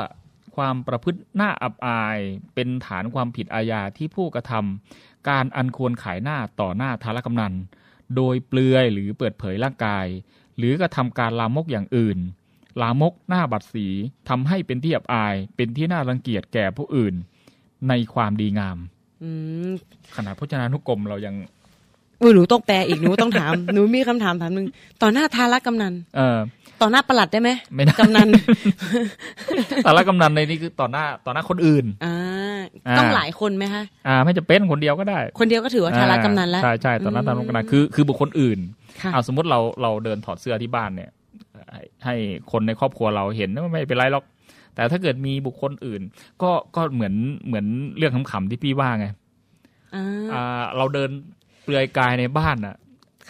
Speaker 5: ความประพฤติหน้าอับอาย เป็นฐานความผิดอาญาที่ผู้กระทำการอันควรขายหน้าต่อหน้าธารกำนัน โดยเปลือยหรือเปิดเผยร่างกาย หรือกระทำการลามกอย่างอื่น ลามกหน้าบัดสีทำให้เป็นที่อับอาย เป็นที่น่ารังเกียจแก่ผู้อื่น ในความดีงาม
Speaker 6: อืม
Speaker 5: ขนาดพจนานุกรมเรายัง
Speaker 6: อุ้ยหนูต้องแปลอีกหนูต้องถาม หนูมีคำถามถามหนึ่งต่อหน้าทารักกำนัน
Speaker 5: เออ
Speaker 6: ต่อหน้าประหลัดได้ ไหม
Speaker 5: ไม่ได้
Speaker 6: กำนัน
Speaker 5: แต่ละกำนันในนี้คือต่อหน้าต่อหน้าคนอื่น
Speaker 6: อ่า
Speaker 5: อ่า
Speaker 6: ต้องหลายคนไหมคะ
Speaker 5: อ่าไม่จะเป็นคนเดียวก็ได้
Speaker 6: คนเดียวก็ถือว่าทาระกำนันแล้ว
Speaker 5: ใช่ใช่ต่อหน้าตามกำนันคือคือบุคคลอื่น
Speaker 6: ค่ะ
Speaker 5: เอาสมมติเราเราเดินถอดเสื้อที่บ้านเนี่ย ให้ให้คนในครอบครัวเราเห็นว่าไม่เป็นไรหรอก แต่ถ้าเกิดมีบุคคลอื่น ก็ก็เหมือนเหมือนเรื่องขำๆที่พี่ว่าไง
Speaker 6: อ่า
Speaker 5: อ่าเราเดินเปลือยกายในบ้านอ่ะ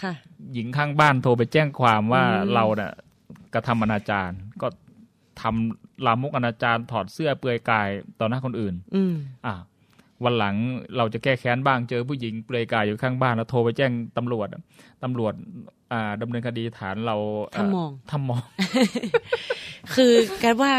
Speaker 6: ค่ะ
Speaker 5: หญิงข้างบ้านโทรไปแจ้งความว่า
Speaker 6: อืม
Speaker 5: เราเนี่ยกระทำอนาจารก็ทำลามกอนาจารถอดเสื้อเปลือยกายต่อหน้าคนอื่น
Speaker 6: อืม
Speaker 5: อ่ะวันหลังเราจะแก้แค้นบ้างเจอผู้หญิงเปลือยกายอยู่ข้างบ้านแล้วโทรไปแจ้งตำรวจตำรวจอ่าดำเนินคดีฐานเราเ
Speaker 6: ทำหมอง
Speaker 5: ทำหมอง
Speaker 6: คือการว่า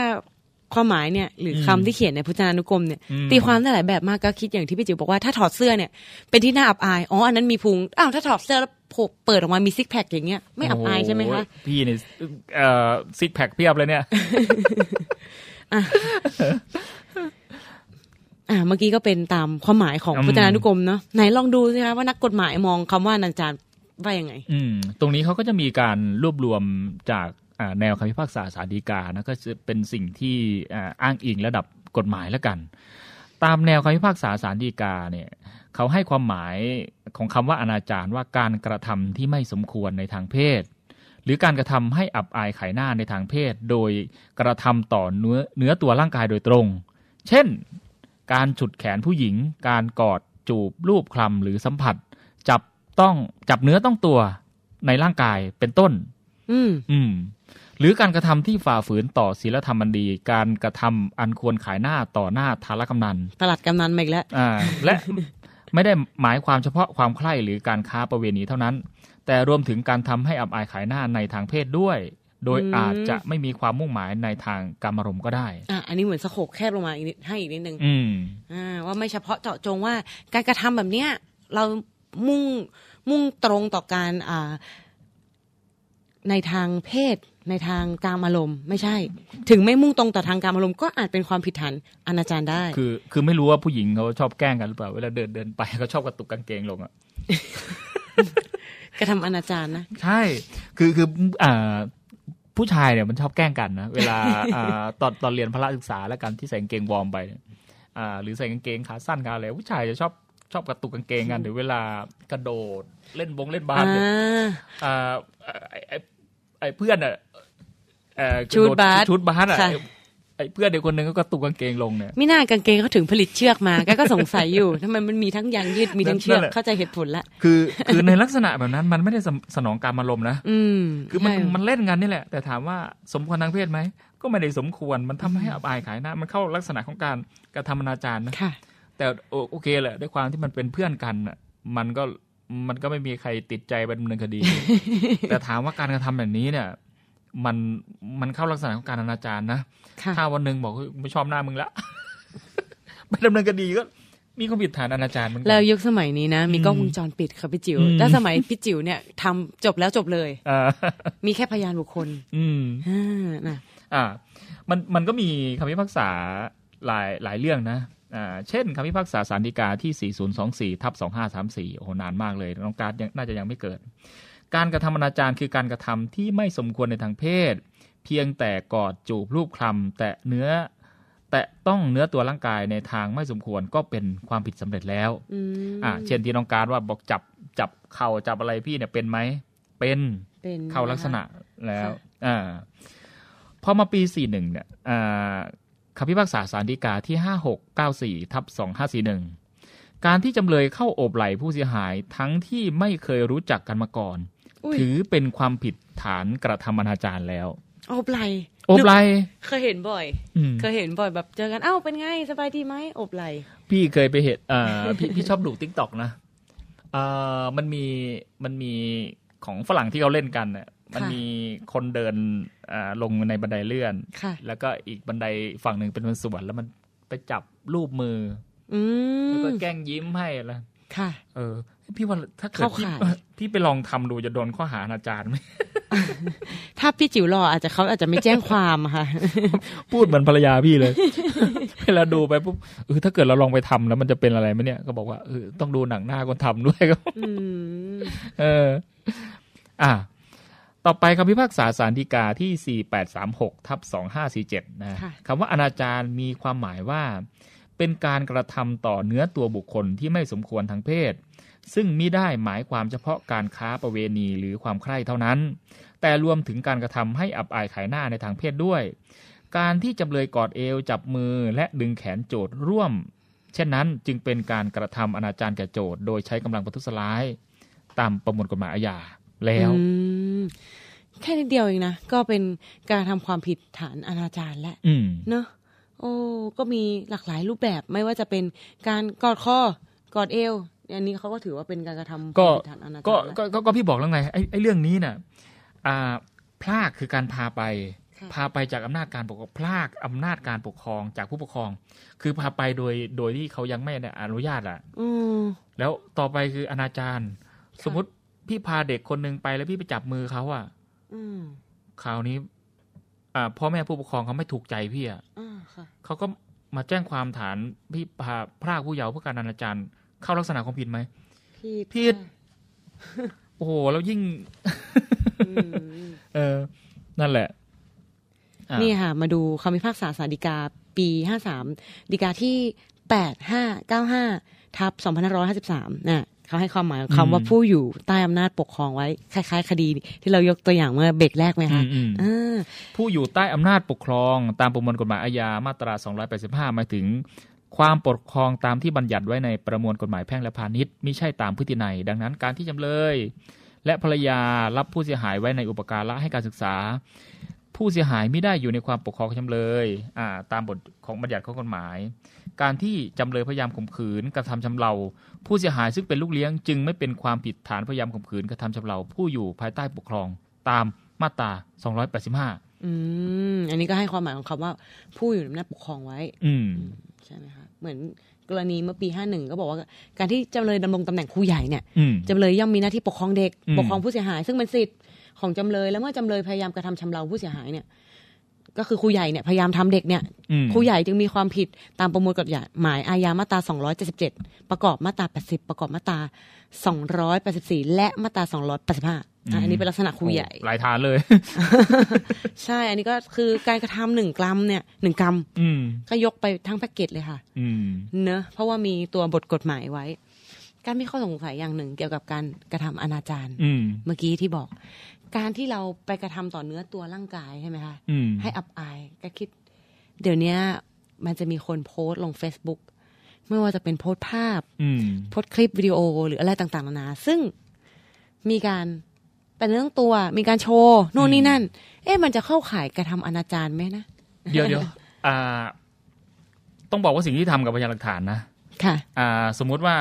Speaker 6: ความหมายเนี่ย หรืออ
Speaker 5: ม
Speaker 6: คำที่เขียนในพจนานุกรมเนี่ย
Speaker 5: อืม
Speaker 6: ตีความได้หลายแบบมากก็คิดอย่างที่พี่จิ๋วบอกว่าถ้าถอดเสื้อเนี่ย เป็นที่น่าอับอายอ๋ออันนั้นมีพุงอ้าวถ้าถอดเสื้อแล้วโผล่เปิดออกมามีซิกแพคอย่างเงี้ยไม่อับอายใช่ไหม
Speaker 5: โอ้
Speaker 6: คะ
Speaker 5: โพี่เนี่ยเอ่อซิกแพคเพียบเลยเนี่ย
Speaker 6: อ่าเมื่อกี้ก็เป็นตามความหมายของ
Speaker 5: อืม
Speaker 6: พจนานุกรมเนาะไหนลองดูสิคะว่านักกฎหมายมองคำว่าอนาจารว่ายังไง
Speaker 5: อืมตรงนี้เขาก็จะมีการรวบรวมจากอ่าแนวคำพิพากษาสารดีกานะก็จะเป็นสิ่งที่อ่าอ้างอิงระดับกฎหมายแล้วกัน ตามแนวคำพิพากษาสารดีกาเนี่ยเขาให้ความหมายของคำว่าอนาจารว่าการกระทำที่ไม่สมควรในทางเพศ หรือการกระทำให้อับอายขายหน้าในทางเพศ โดยกระทำต่อเนื้อเนื้อตัวร่างกายโดยตรง เช่น การฉุดแขนผู้หญิง การกอดจูบรูปคลำหรือสัมผัส จับต้องจับเนื้อต้องตัวในร่างกายเป็นต้น
Speaker 6: อืม
Speaker 5: อืม หรือการกระทำที่ฝ่าฝืนต่อศีลธรรมอันดี การกระทำอันควรขายหน้าต่อหน้าทารกำนัน
Speaker 6: ตลาดกำนันมาอีกแล้ว
Speaker 5: อ่าและ ไม่ได้หมายความเฉพาะความใคร่หรือการค้าประเวณีเท่านั้น แต่รวมถึงการทำให้อับอายขายหน้าในทางเพศด้วย โดย
Speaker 6: อืม
Speaker 5: อาจจะไม่มีความมุ่งหมายในทางกรรมารมณ์ก็ได้
Speaker 6: อ่ะอันนี้เหมือนสโคบแคบลงมาอีกนิดให้อีกนิดนึง
Speaker 5: อืม
Speaker 6: อ่าว่าไม่เฉพาะเจาะจงว่าการกระทำแบบเนี้ยเรามุ่งมุ่งตรงต่อการอ่า ในทางเพศ ในทางการอารมณ์ไม่ใช่ ถึงไม่มุ่งตรงต่อทางการอารมณ์ก็อาจเป็นความผิดฐานอนาจารได้
Speaker 5: คือคือไม่รู้ว่าผู้หญิงเขาชอบแกล้งกันหรือเปล่าเวลาเดินเดินไปเขาชอบกระตุกกางเกงลงอะ
Speaker 6: กระทำอนาจารนะ
Speaker 5: ใช่ คือคืออ่าผู้ชายเนี่ยมันชอบแกล้งกันนะ เวลา อ่าตอนตอนเรียนพละศึกษาแล้วกันที่ใส่กางเกงวอร์มไปเนี่ยอ่า หรือใส่กางเกงขาสั้นขาอะไรผู้ชายจะชอบชอบกระตุกกางเกงกันหรือเวลากระโดดเล่นบงเล่นบาสเนี่ย
Speaker 6: อ่า
Speaker 5: อ่าไอ้ไอ้ไอ้เพื่อนอ่ะเอ่อ
Speaker 6: ชูดบาส
Speaker 5: ชุดบาสอ่ะ
Speaker 6: ค่ะ
Speaker 5: ไอ้เพื่อนเด็กคนหนึ่งก็กระตุกกางเกงลงเนี่ย
Speaker 6: ไม่น่ากางเกงเขาถึงผลิตเชือกมา ก็ก็สงสัยอยู่ ทำไมมันมีทั้งยางยืดมีทั้งเชือก
Speaker 5: นั่นแหละ
Speaker 6: เข้าใจเหตุผลละ
Speaker 5: คือ คือในลักษณะแบบนั้นมันไม่ได้สนสนองการอารมณ์นะ
Speaker 6: อืม
Speaker 5: คือมัน
Speaker 6: ใช่
Speaker 5: มันเล่นกันนี่แหละ แต่ถามว่าสมควรทางเพศไหม ก็ไม่ได้สมควรมันทำให้อับอายขายหน้า มันเข้าลักษณะของการกระทำอนาจารนะ
Speaker 6: ค่ะ
Speaker 5: แต่โอโอเคแหละ ด้วยความที่มันเป็นเพื่อนกันน่ะมันก็มันก็ไม่มีใครติดใจไปดำเนินคดี แต่ถามว่าการกระทำแบบนี้เนี่ย มันมันเข้าลักษณะของการอนาจารนะ
Speaker 6: ค่ะ
Speaker 5: ถ้าวันหนึ่งบอกเฮ้ยไม่ชอบหน้ามึงละ ไปดำเนินคดีก็มีความผิดฐานอนาจารเหมือนกั
Speaker 6: แล้วยุคสมัยนี้นะ มีกล้องวงจรปิดค่ะพี่จิว๋ว
Speaker 5: อืม
Speaker 6: แต่สมัยพี่จิ๋วเนี่ยทำจบแล้วจบเลย
Speaker 5: อ่า
Speaker 6: มีแค่พยานบุคคล
Speaker 5: อืม
Speaker 6: อ่านะ
Speaker 5: อ่ามันมันก็มีคำพิพากษาหลายหลายเรื่องนะอ่าเช่นคำพิพากษาสารดีกาที่ 4024ทับ2534 โอ้โหนานมากเลย น้องการดยังน่าจะยังไม่เกิด การกระทำอนาจารคือการกระทำที่ไม่สมควรในทางเพศ เพียงแต่กอดจูบรูปคลำแต่เนื้อ แต่ต้องเนื้อตัวร่างกายในทางไม่สมควรก็เป็นความผิดสำเร็จแล้ว
Speaker 6: อืม
Speaker 5: อ่าเช่นที่น้องการดว่าบอกจับจับเข่าจับอะไรพี่เนี่ยเป็นไหมเป็น
Speaker 6: เป็น
Speaker 5: เข้าลักษณะแล้ว
Speaker 6: ค่ะ
Speaker 5: อ่า พอมาปี 41 เนี่ยอ่าคำพิพากษาสารดีกาที่ 5694ทับ2541 การที่จำเลยเข้าโอบไหล่ผู้เสียหายทั้งที่ไม่เคยรู้จักกันมาก่อน
Speaker 6: อุ๊ย
Speaker 5: ถือเป็นความผิดฐานกระทำอนาจารแล้ว
Speaker 6: โอบไหล
Speaker 5: โอบไหล่
Speaker 6: เคยเห็นบ่อย
Speaker 5: อืม
Speaker 6: เคยเห็นบ่อยแบบเจอกันเอ้าเป็นไงสบายดีไหมโอบไหล
Speaker 5: พี่เคยไปเห็นอ่าพี่พี่ชอบดูติ๊กต็อกนะอ่ามันมีมันมีของฝรั่งที่เขาเล่นกันน่ะมันมีคนเดินอ่าลงในบันไดเลื่อน
Speaker 6: ค่ะ
Speaker 5: แล้วก็อีกบันไดฝั่งหนึ่งเป็นมันสวนแล้วมันไปจับรูปมือ
Speaker 6: อื
Speaker 5: อแล้ว
Speaker 6: ม
Speaker 5: ก็แกล้งยิ้มให้อะไร
Speaker 6: ค่ะ
Speaker 5: เออ พี่ว่าถ้าเกิด
Speaker 6: เข้า
Speaker 5: พี่
Speaker 6: ข่าย
Speaker 5: พี่ไปลองทำดูจะโดนข้อหาอาจารย์ไหม
Speaker 6: ถ้าพี่จิ๋วรออาจจะเขาอาจจะไม่แจ้งความอะ ค่ะ
Speaker 5: พูดเหมือนภรรยาพี่เลย เวลาดูไปปุ๊บเออถ้าเกิดเราลองไปทำแล้วมันจะเป็นอะไรไหมเนี่ยก็บอกว่าเออ ต้องดูหนังหน้าคนทำด้วยก็
Speaker 6: อืม
Speaker 5: เออ อ่ะ ต่อไปคำพิพากษาสารฎีกาที่ 4836ทับ2547 นะ
Speaker 6: ค่ะ
Speaker 5: คำว่าอนาจารมีความหมายว่า เป็นการกระทำต่อเนื้อตัวบุคคลที่ไม่สมควรทางเพศ ซึ่งมิได้หมายความเฉพาะการค้าประเวณีหรือความใคร่เท่านั้น แต่รวมถึงการกระทำให้อับอายขายหน้าในทางเพศด้วย การที่จำเลยกอดเอวจับมือและดึงแขนโจทย์ร่วม เช่นนั้นจึงเป็นการกระทำอนาจารแก่โจทย์โดยใช้กำลังประทุษร้าย ตามประมวลกฎหมายอาญาแล้ว
Speaker 6: อืมแค่นิดเดียวเองนะ ก็เป็นการทำความผิดฐานอนาจารและ
Speaker 5: อืม
Speaker 6: เนอะโอ้ก็มีหลากหลายรูปแบบไม่ว่าจะเป็นการกอดคอกอดเอว อันนี้เขาก็ถือว่าเป็นการกระทำ
Speaker 5: ก็
Speaker 6: ความผิดฐานอนาจาร
Speaker 5: ก็
Speaker 6: แล้ว
Speaker 5: ก็ก็ก็พี่บอกแล้วไงไอ้ไอ้เรื่องนี้น่ะอ่าพลากคือการพาไป
Speaker 6: ค่ะ
Speaker 5: พาไปจากอำนาจการปกครองพลากอำนาจการปกครองจากผู้ปกครอง คือพาไปโดยโดยที่เขายังไม่อนุญาตอ่ะ
Speaker 6: อืม
Speaker 5: แล้วต่อไปคืออนาจารสมมติพี่พาเด็กคนหนึ่งไปแล้วพี่ไปจับมือเขาอ่ะ
Speaker 6: อืม
Speaker 5: คราวนี้ อ่าพ่อแม่ผู้ปกครองเขาไม่ถูกใจพี่อ่ะ
Speaker 6: อ่าค่ะ
Speaker 5: เขาก็มาแจ้งความฐานพี่พาพรากผู้เยาว์เพื่อการอนาจารเข้าลักษณะความผิดไหม
Speaker 6: ผิด
Speaker 5: ผิด
Speaker 6: ค่ะ
Speaker 5: โอ้โหแล้วยิ่ง
Speaker 6: อืม
Speaker 5: เออ นั่นแหละอ่ะ
Speaker 6: นี่ค่ะ มาดูคำพิพากษาศาลฎีกาปี 53ฎีกาที่ 8595ทับ2553นะเขาให้ความหมายของคำว่าผู้อยู่ใต้อำนาจปกครองไว้ คล้าย ๆ คดีที่เรายกตัวอย่างเมื่อเบรกแรกไหม
Speaker 5: อื
Speaker 6: คะ
Speaker 5: มอืม
Speaker 6: อ่า
Speaker 5: ผู้อยู่ใต้อำนาจปกครองตามประมวลกฎหมายอาญามาตรา 285หมายถึง ความปกครองตามที่บัญญัติไว้ในประมวลกฎหมายแพ่งและพาณิชย์มิใช่ตามพฤตินัย ดังนั้นการที่จำเลย และภรรยารับผู้เสียหายไว้ในอุปการะให้การศึกษา ผู้เสียหายไม่ได้อยู่ในความปกครองของจำเลยอ่าตามบทของบัญญัติของกฎหมาย การที่จำเลยพยายามข่มขืนกระทำชำเรา ผู้เสียหายซึ่งเป็นลูกเลี้ยงจึงไม่เป็นความผิดฐานพยายามข่มขืนกระทำชำเรา ผู้อยู่ภายใต้ปกครองตามมาตรา 285
Speaker 6: อืมอันนี้ก็ให้ความหมายของคำว่า ผู้อยู่ในอำนาจปกครองไว้
Speaker 5: อืม
Speaker 6: ใช่ไหมคะ เหมือนกรณีเมื่อปี 51 ก็บอกว่า การที่จำเลยดำรงตำแหน่งครูใหญ่เนี่ย
Speaker 5: อืม
Speaker 6: จำเลยย่อมมีหน้าที่ปกครองเด็ก
Speaker 5: อืม
Speaker 6: ปกครองผู้เสียหาย ซึ่งเป็นสิทธิ์ของจำเลยและเมื่อจำเลยพยายามกระทำชำเราผู้เสียหายเนี่ย ก็คือครูใหญ่เนี่ยพยายามทำเด็กเนี่ย
Speaker 5: อืม
Speaker 6: ครูใหญ่จึงมีความผิดตามประมวลกฎหมายอาญามาตรา 277 ประกอบมาตรา 80 ประกอบมาตรา 284 และมาตรา 285อ่ะอันนี้เป็นลักษณะครูใหญ่
Speaker 5: หลายฐานเลย
Speaker 6: ใช่ อันนี้ก็คือการกระทำหนึ่งกรัมเนี่ยหนึ่งกรัม
Speaker 5: อืม
Speaker 6: ก็ยกไปทั้งแพ็กเกจเลยค่ะ
Speaker 5: อืม
Speaker 6: เนอะเพราะว่ามีตัวบทกฎหมายไว้ การมีข้อสงสัยอย่างหนึ่งเกี่ยวกับการกระทำอนาจาร
Speaker 5: อืม
Speaker 6: เมื่อกี้ที่บอก การที่เราไปกระทำต่อเนื้อตัวร่างกายใช่ไหมคะ
Speaker 5: อืม
Speaker 6: ให้อับอายก็คิด เดี๋ยวเนี้ย มันจะมีคนโพสต์ลง Facebook ไม่ว่าจะเป็นโพสต์ภาพ
Speaker 5: อืม
Speaker 6: โพสต์คลิปวิดีโอหรืออะไรต่างๆนานา ซึ่งมีการแต่เนื้อตัว มีการโชว์นู่นนี่นั่น เอ๊ะมันจะเข้าข่ายกระทำอนาจารไหมนะ
Speaker 5: เดี๋ยวเดี๋ยวอ่า ต้องบอกว่าสิ่งที่ทำกับพยานหลักฐานนะ
Speaker 6: ค่ะ
Speaker 5: อ่า สมมุติว่า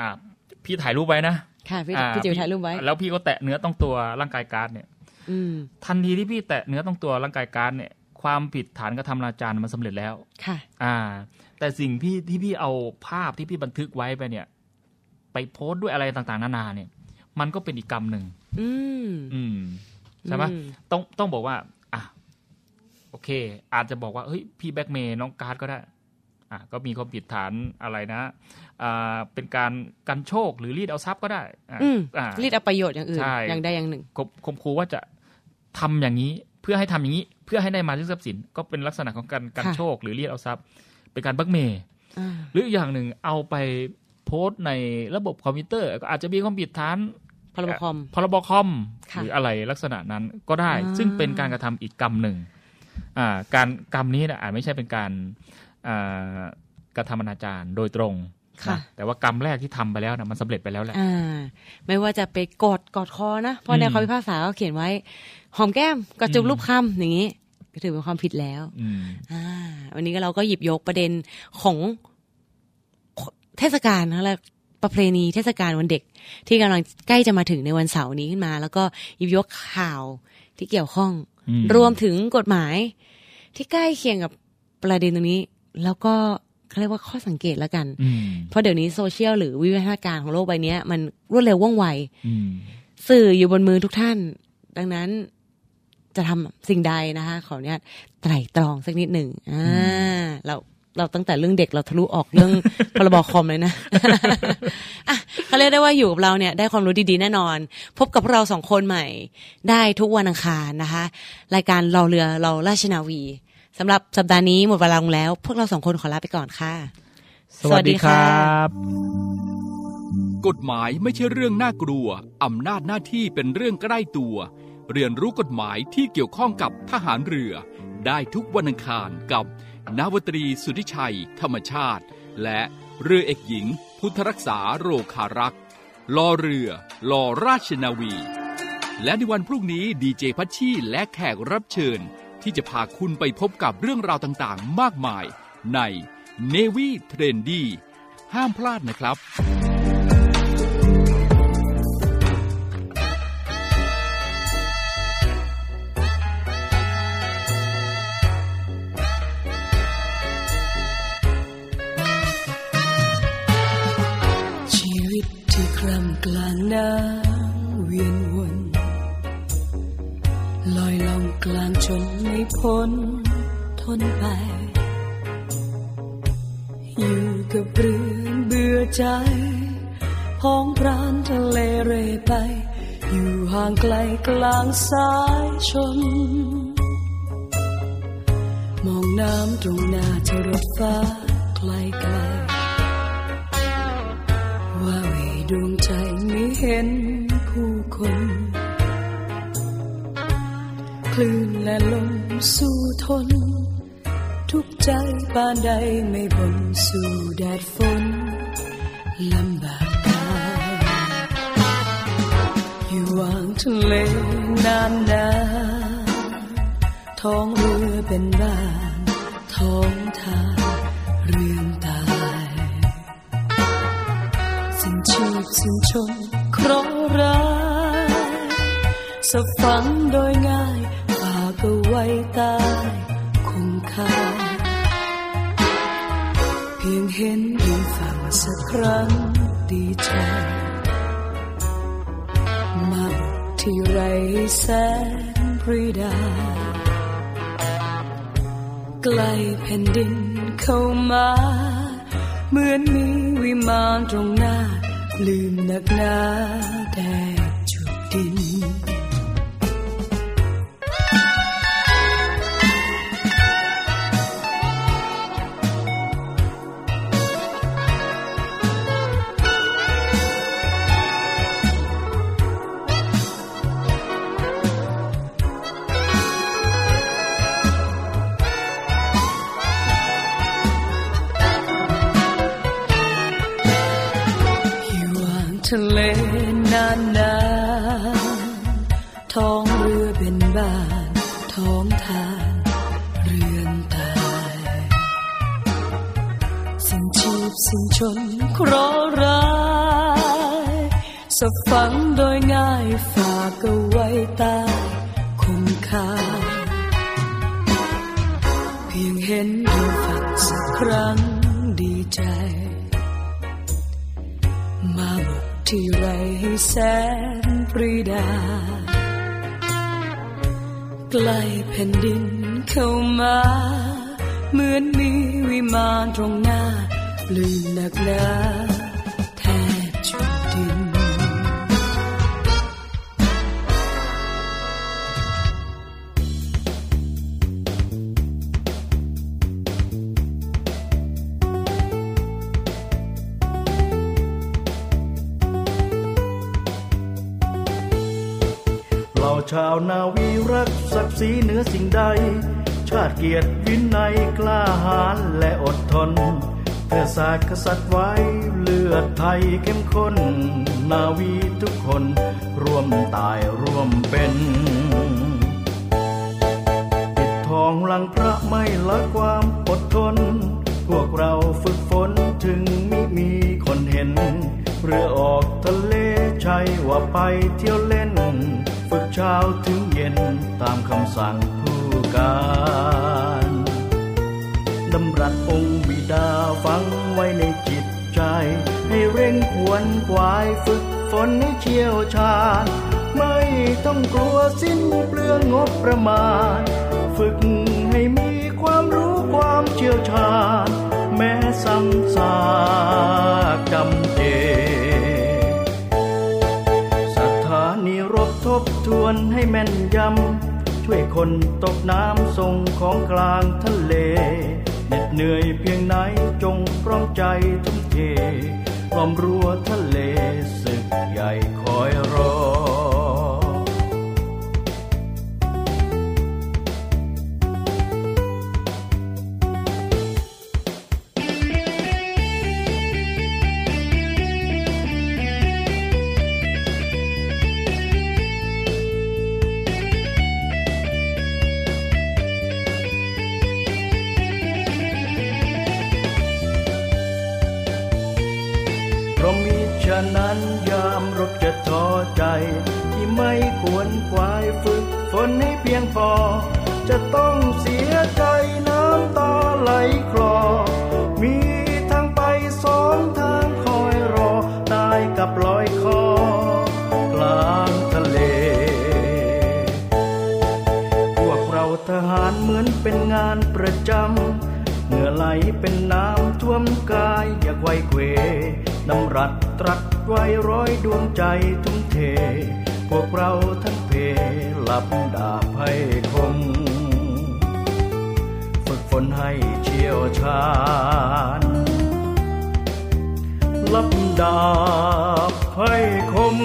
Speaker 5: อ่า พี่ถ่ายรูปไว้นะ
Speaker 6: ค่ะ พี่
Speaker 5: อ่
Speaker 6: พี่จิ๋วถ่ายรูปไว้
Speaker 5: แล้วพี่ก็แตะเนื้อต้องตัวร่างกายการ์ดเนี่ย
Speaker 6: อืม
Speaker 5: ทันทีที่พี่แตะเนื้อต้องตัวร่างกายการ์ดเนี่ย ความผิดฐานกระทำอนาจารมันสำเร็จแล้ว
Speaker 6: ค่ะ
Speaker 5: อ่า แต่สิ่งพี่ที่พี่เอาภาพที่พี่บันทึกไว้ไปเนี่ย ไปโพสต์ด้วยอะไรต่างๆ นานาเนี่ย มันก็เป็นอีกกรรมหนึ่ง
Speaker 6: อืม
Speaker 5: อืมใช่ไหม
Speaker 6: อืม
Speaker 5: ต้องต้องบอกว่า อ่ะโอเค อาจจะบอกว่าเฮ้ยพี่แบ็กเมย์น้องการ์ดก็ได้ อ่ะก็มีความผิดฐานอะไรนะอ่าเป็นการกันโชคหรือรีดเอาทรัพย์ก็ได้อ่ะ
Speaker 6: อืม
Speaker 5: อ่า
Speaker 6: รีดเอาประโยชน์อย่างอื่น
Speaker 5: ใช่
Speaker 6: อย่างใดอย่างหนึ่ง
Speaker 5: ข่มข่มครูว่าจะทำอย่างนี้ เพื่อให้ทำอย่างนี้ เพื่อให้ได้มาซึ่งทรัพย์สิน ก็เป็นลักษณะของการกัน
Speaker 6: ค่ะ
Speaker 5: โชคหรือรีดเอาทรัพย์ เป็นการแบ็กเมย์
Speaker 6: อ่า
Speaker 5: หรืออีกอย่างหนึ่งเอาไปโพสต์ในระบบคอมพิวเตอร์ ก็อาจจะมีความผิดฐาน
Speaker 6: พรบคอม
Speaker 5: พรบคอม
Speaker 6: ค่ะ
Speaker 5: หรืออะไรลักษณะนั้นก็ได้
Speaker 6: อ่า
Speaker 5: ซึ่งเป็นการกระทำอีกกรรมหนึ่งอ่าการกรรมนี้นะอาจไม่ใช่เป็นการอ่ากระทำอนาจารโดยตรง
Speaker 6: ค่ะ
Speaker 5: นะแต่ว่ากรรมแรกที่ทำไปแล้วนะมันสำเร็จไปแล้วแหละ
Speaker 6: อ่า ไม่ว่าจะไปกอดกอดคอนะเพราะใน
Speaker 5: อืม
Speaker 6: คำพิพากษาเขาเขียนไว้ หอมแก้มกระจุบ
Speaker 5: อืม
Speaker 6: รูปคำอย่างนี้ ก็ถือเป็นความผิดแล้ว
Speaker 5: อืม
Speaker 6: อ่า วันนี้ก็เราก็หยิบยกประเด็นของเทศกาลนะและประเพณีเทศกาลวันเด็ก ที่กำลังใกล้จะมาถึงในวันเสาร์นี้ขึ้นมา แล้วก็หยิบยกข่าวที่เกี่ยวข้อง
Speaker 5: อืม
Speaker 6: รวมถึงกฎหมายที่ใกล้เคียงกับประเด็นตรงนี้ แล้วก็เขาเรียกว่าข้อสังเกตแล้วกัน
Speaker 5: อืม
Speaker 6: เพราะเดี๋ยวนี้โซเชียลหรือวิวัฒนาการของโลกใบเนี้ย มันรวดเร็วว่องไว
Speaker 5: อืม
Speaker 6: สื่ออยู่บนมือทุกท่าน ดังนั้นจะทำสิ่งใดนะคะขออนุญาตไตร่ตรองสักนิดหนึ่งอ่าเรา เราตั้งแต่เรื่องเด็กเราทะลุออกเรื่อง พรบคอมเลยนะ อ่ะเขาเรียกได้ว่าอยู่กับเราเนี่ยได้ความรู้ดีๆแน่นอน พบกับพวกเราสองคนใหม่ ได้ทุกวันอังคารนะคะ รายการเราเรือเราราชนาวีสำหรับสัปดาห์นี้หมดเวลาลงแล้ว พวกเราสองคนขอลาไปก่อนค่ะ
Speaker 11: สวัสดีครับ
Speaker 1: กฎหมายไม่ใช่เรื่องน่ากลัว อำนาจหน้าที่เป็นเรื่องใกล้ตัว เรียนรู้กฎหมายที่เกี่ยวข้องกับทหารเรือ ได้ทุกวันอังคารกับ นาวตรีสุทธิชัย ธรรมชาติ และเรือเอกหญิง พุทธรักษาโรคารักษ์ลอเรือลอราชนาวี และในวันพรุ่งนี้ดีเจพัชชีและแขกรับเชิญ ที่จะพาคุณไปพบกับเรื่องราวต่างๆ มากมาย ใน Navy Trendy ห้ามพลาดนะครับ
Speaker 12: ชีวิตที่คร่ำกลางน้ำเวียนวนลอยล่องกลางจนไม่พ้นทนไป อยู่กับเรือนเบื่อใจพ้องพรานทะเลเร่ไป อยู่ห่างไกลกลางสายชน มองน้ำตรงหน้าเทอรถฟ้าไกลไกลๆ ว่าเวดวงใจไม่เห็นผู้คน คลื่นและลมสู้ทน ทุกใจปานใดไม่บ่นสู่แดดฝนลำบากกายอยู่วางทะเลนานนานท้องเรือเป็นบ้านท้องทางเรื่องตาย สิ้นชีพสิ้นชนเคราะห์ร้ายสบฝังโดยง่ายฝากเอาไว้ใตายคงคาเพียงเห็นเพียงฝังสักครั้งดีใจมาบุกที่ไรแสนปรีดา ใกล้แผ่นดินเข้ามา เหมือนมีวิมานตรงหน้า ลืมนักหนาแดดจุดดิน อยู่ห่างทะเลนานนานท้องเรือเป็นบ้าน ท้องทานเรือนตายสิ้นชีพสิ้นชนเคราะห์ร้ายสบฝังโดยง่ายฝากเอาไว้ใตายคงคาเพียงเห็นดูฝักสักครั้งดีใจ มาบุกที่ไรให้แสนปรีดา ใกล้แผ่นดินเข้ามา เหมือนมีวิมานตรงหน้าปลืมหนักหนาแทบจุดดิน
Speaker 13: เราชาวนาวีรักศักดิ์ศรีเหนือสิ่งใด ชาติเกียรติวินัยกล้าหาญและอดทนเพื่อศาสตร์กษัตริย์ไว้เลือดไทยเข้มข้น นาวีทุกคนร่วมตายร่วมเป็น ปิดทองหลังพระไม่ละความอดทน พวกเราฝึกฝนถึงมิมีคนเห็น เรือออกทะเลใช่ว่าไปเที่ยวเล่น ฝึกเช้าถึงเย็นตามคำสั่งผู้การดำรัสองค์บิดาฟังไว้ในจิตใจ ให้เร่งขวนขวายฝึกฝนให้เชี่ยวชาญ ไม่ต้องกลัวสิ้นเปลืองงบประมาณ ฝึกให้มีความรู้ความ ความเชี่ยวชาญ แม้ซ้ำซากจำเจ สถานีรบทบทวนให้แม่นยำ ช่วยคนตกน้ำส่งของกลางทะเลเหน็ดเหนื่อยเพียงไหนจงพร้อมใจทุ่มเทล้อมรั้วทะเลศึกใหญ่คอยรอ เพราะมิฉะนั้นยามรบจะท้อใจ ที่ไม่ควรควายฝึกฝนให้เพียงพอ จะต้องเสียใจน้ำตาไหลคลอ มีทางไปสองทางคอยรอ ตายกับลอยคอกลางทะเล พวกเราทหารเหมือนเป็นงานประจำ เหงื่อไหลเป็นน้ำท่วมกายอย่าไกวเขวน้ำรัดตรัสไว้ร้อยดวงใจทุ่มเท พวกเราทั้งเพหลับดาบให้คม ฝึกฝนให้เชี่ยวชาญลับดาบให้คม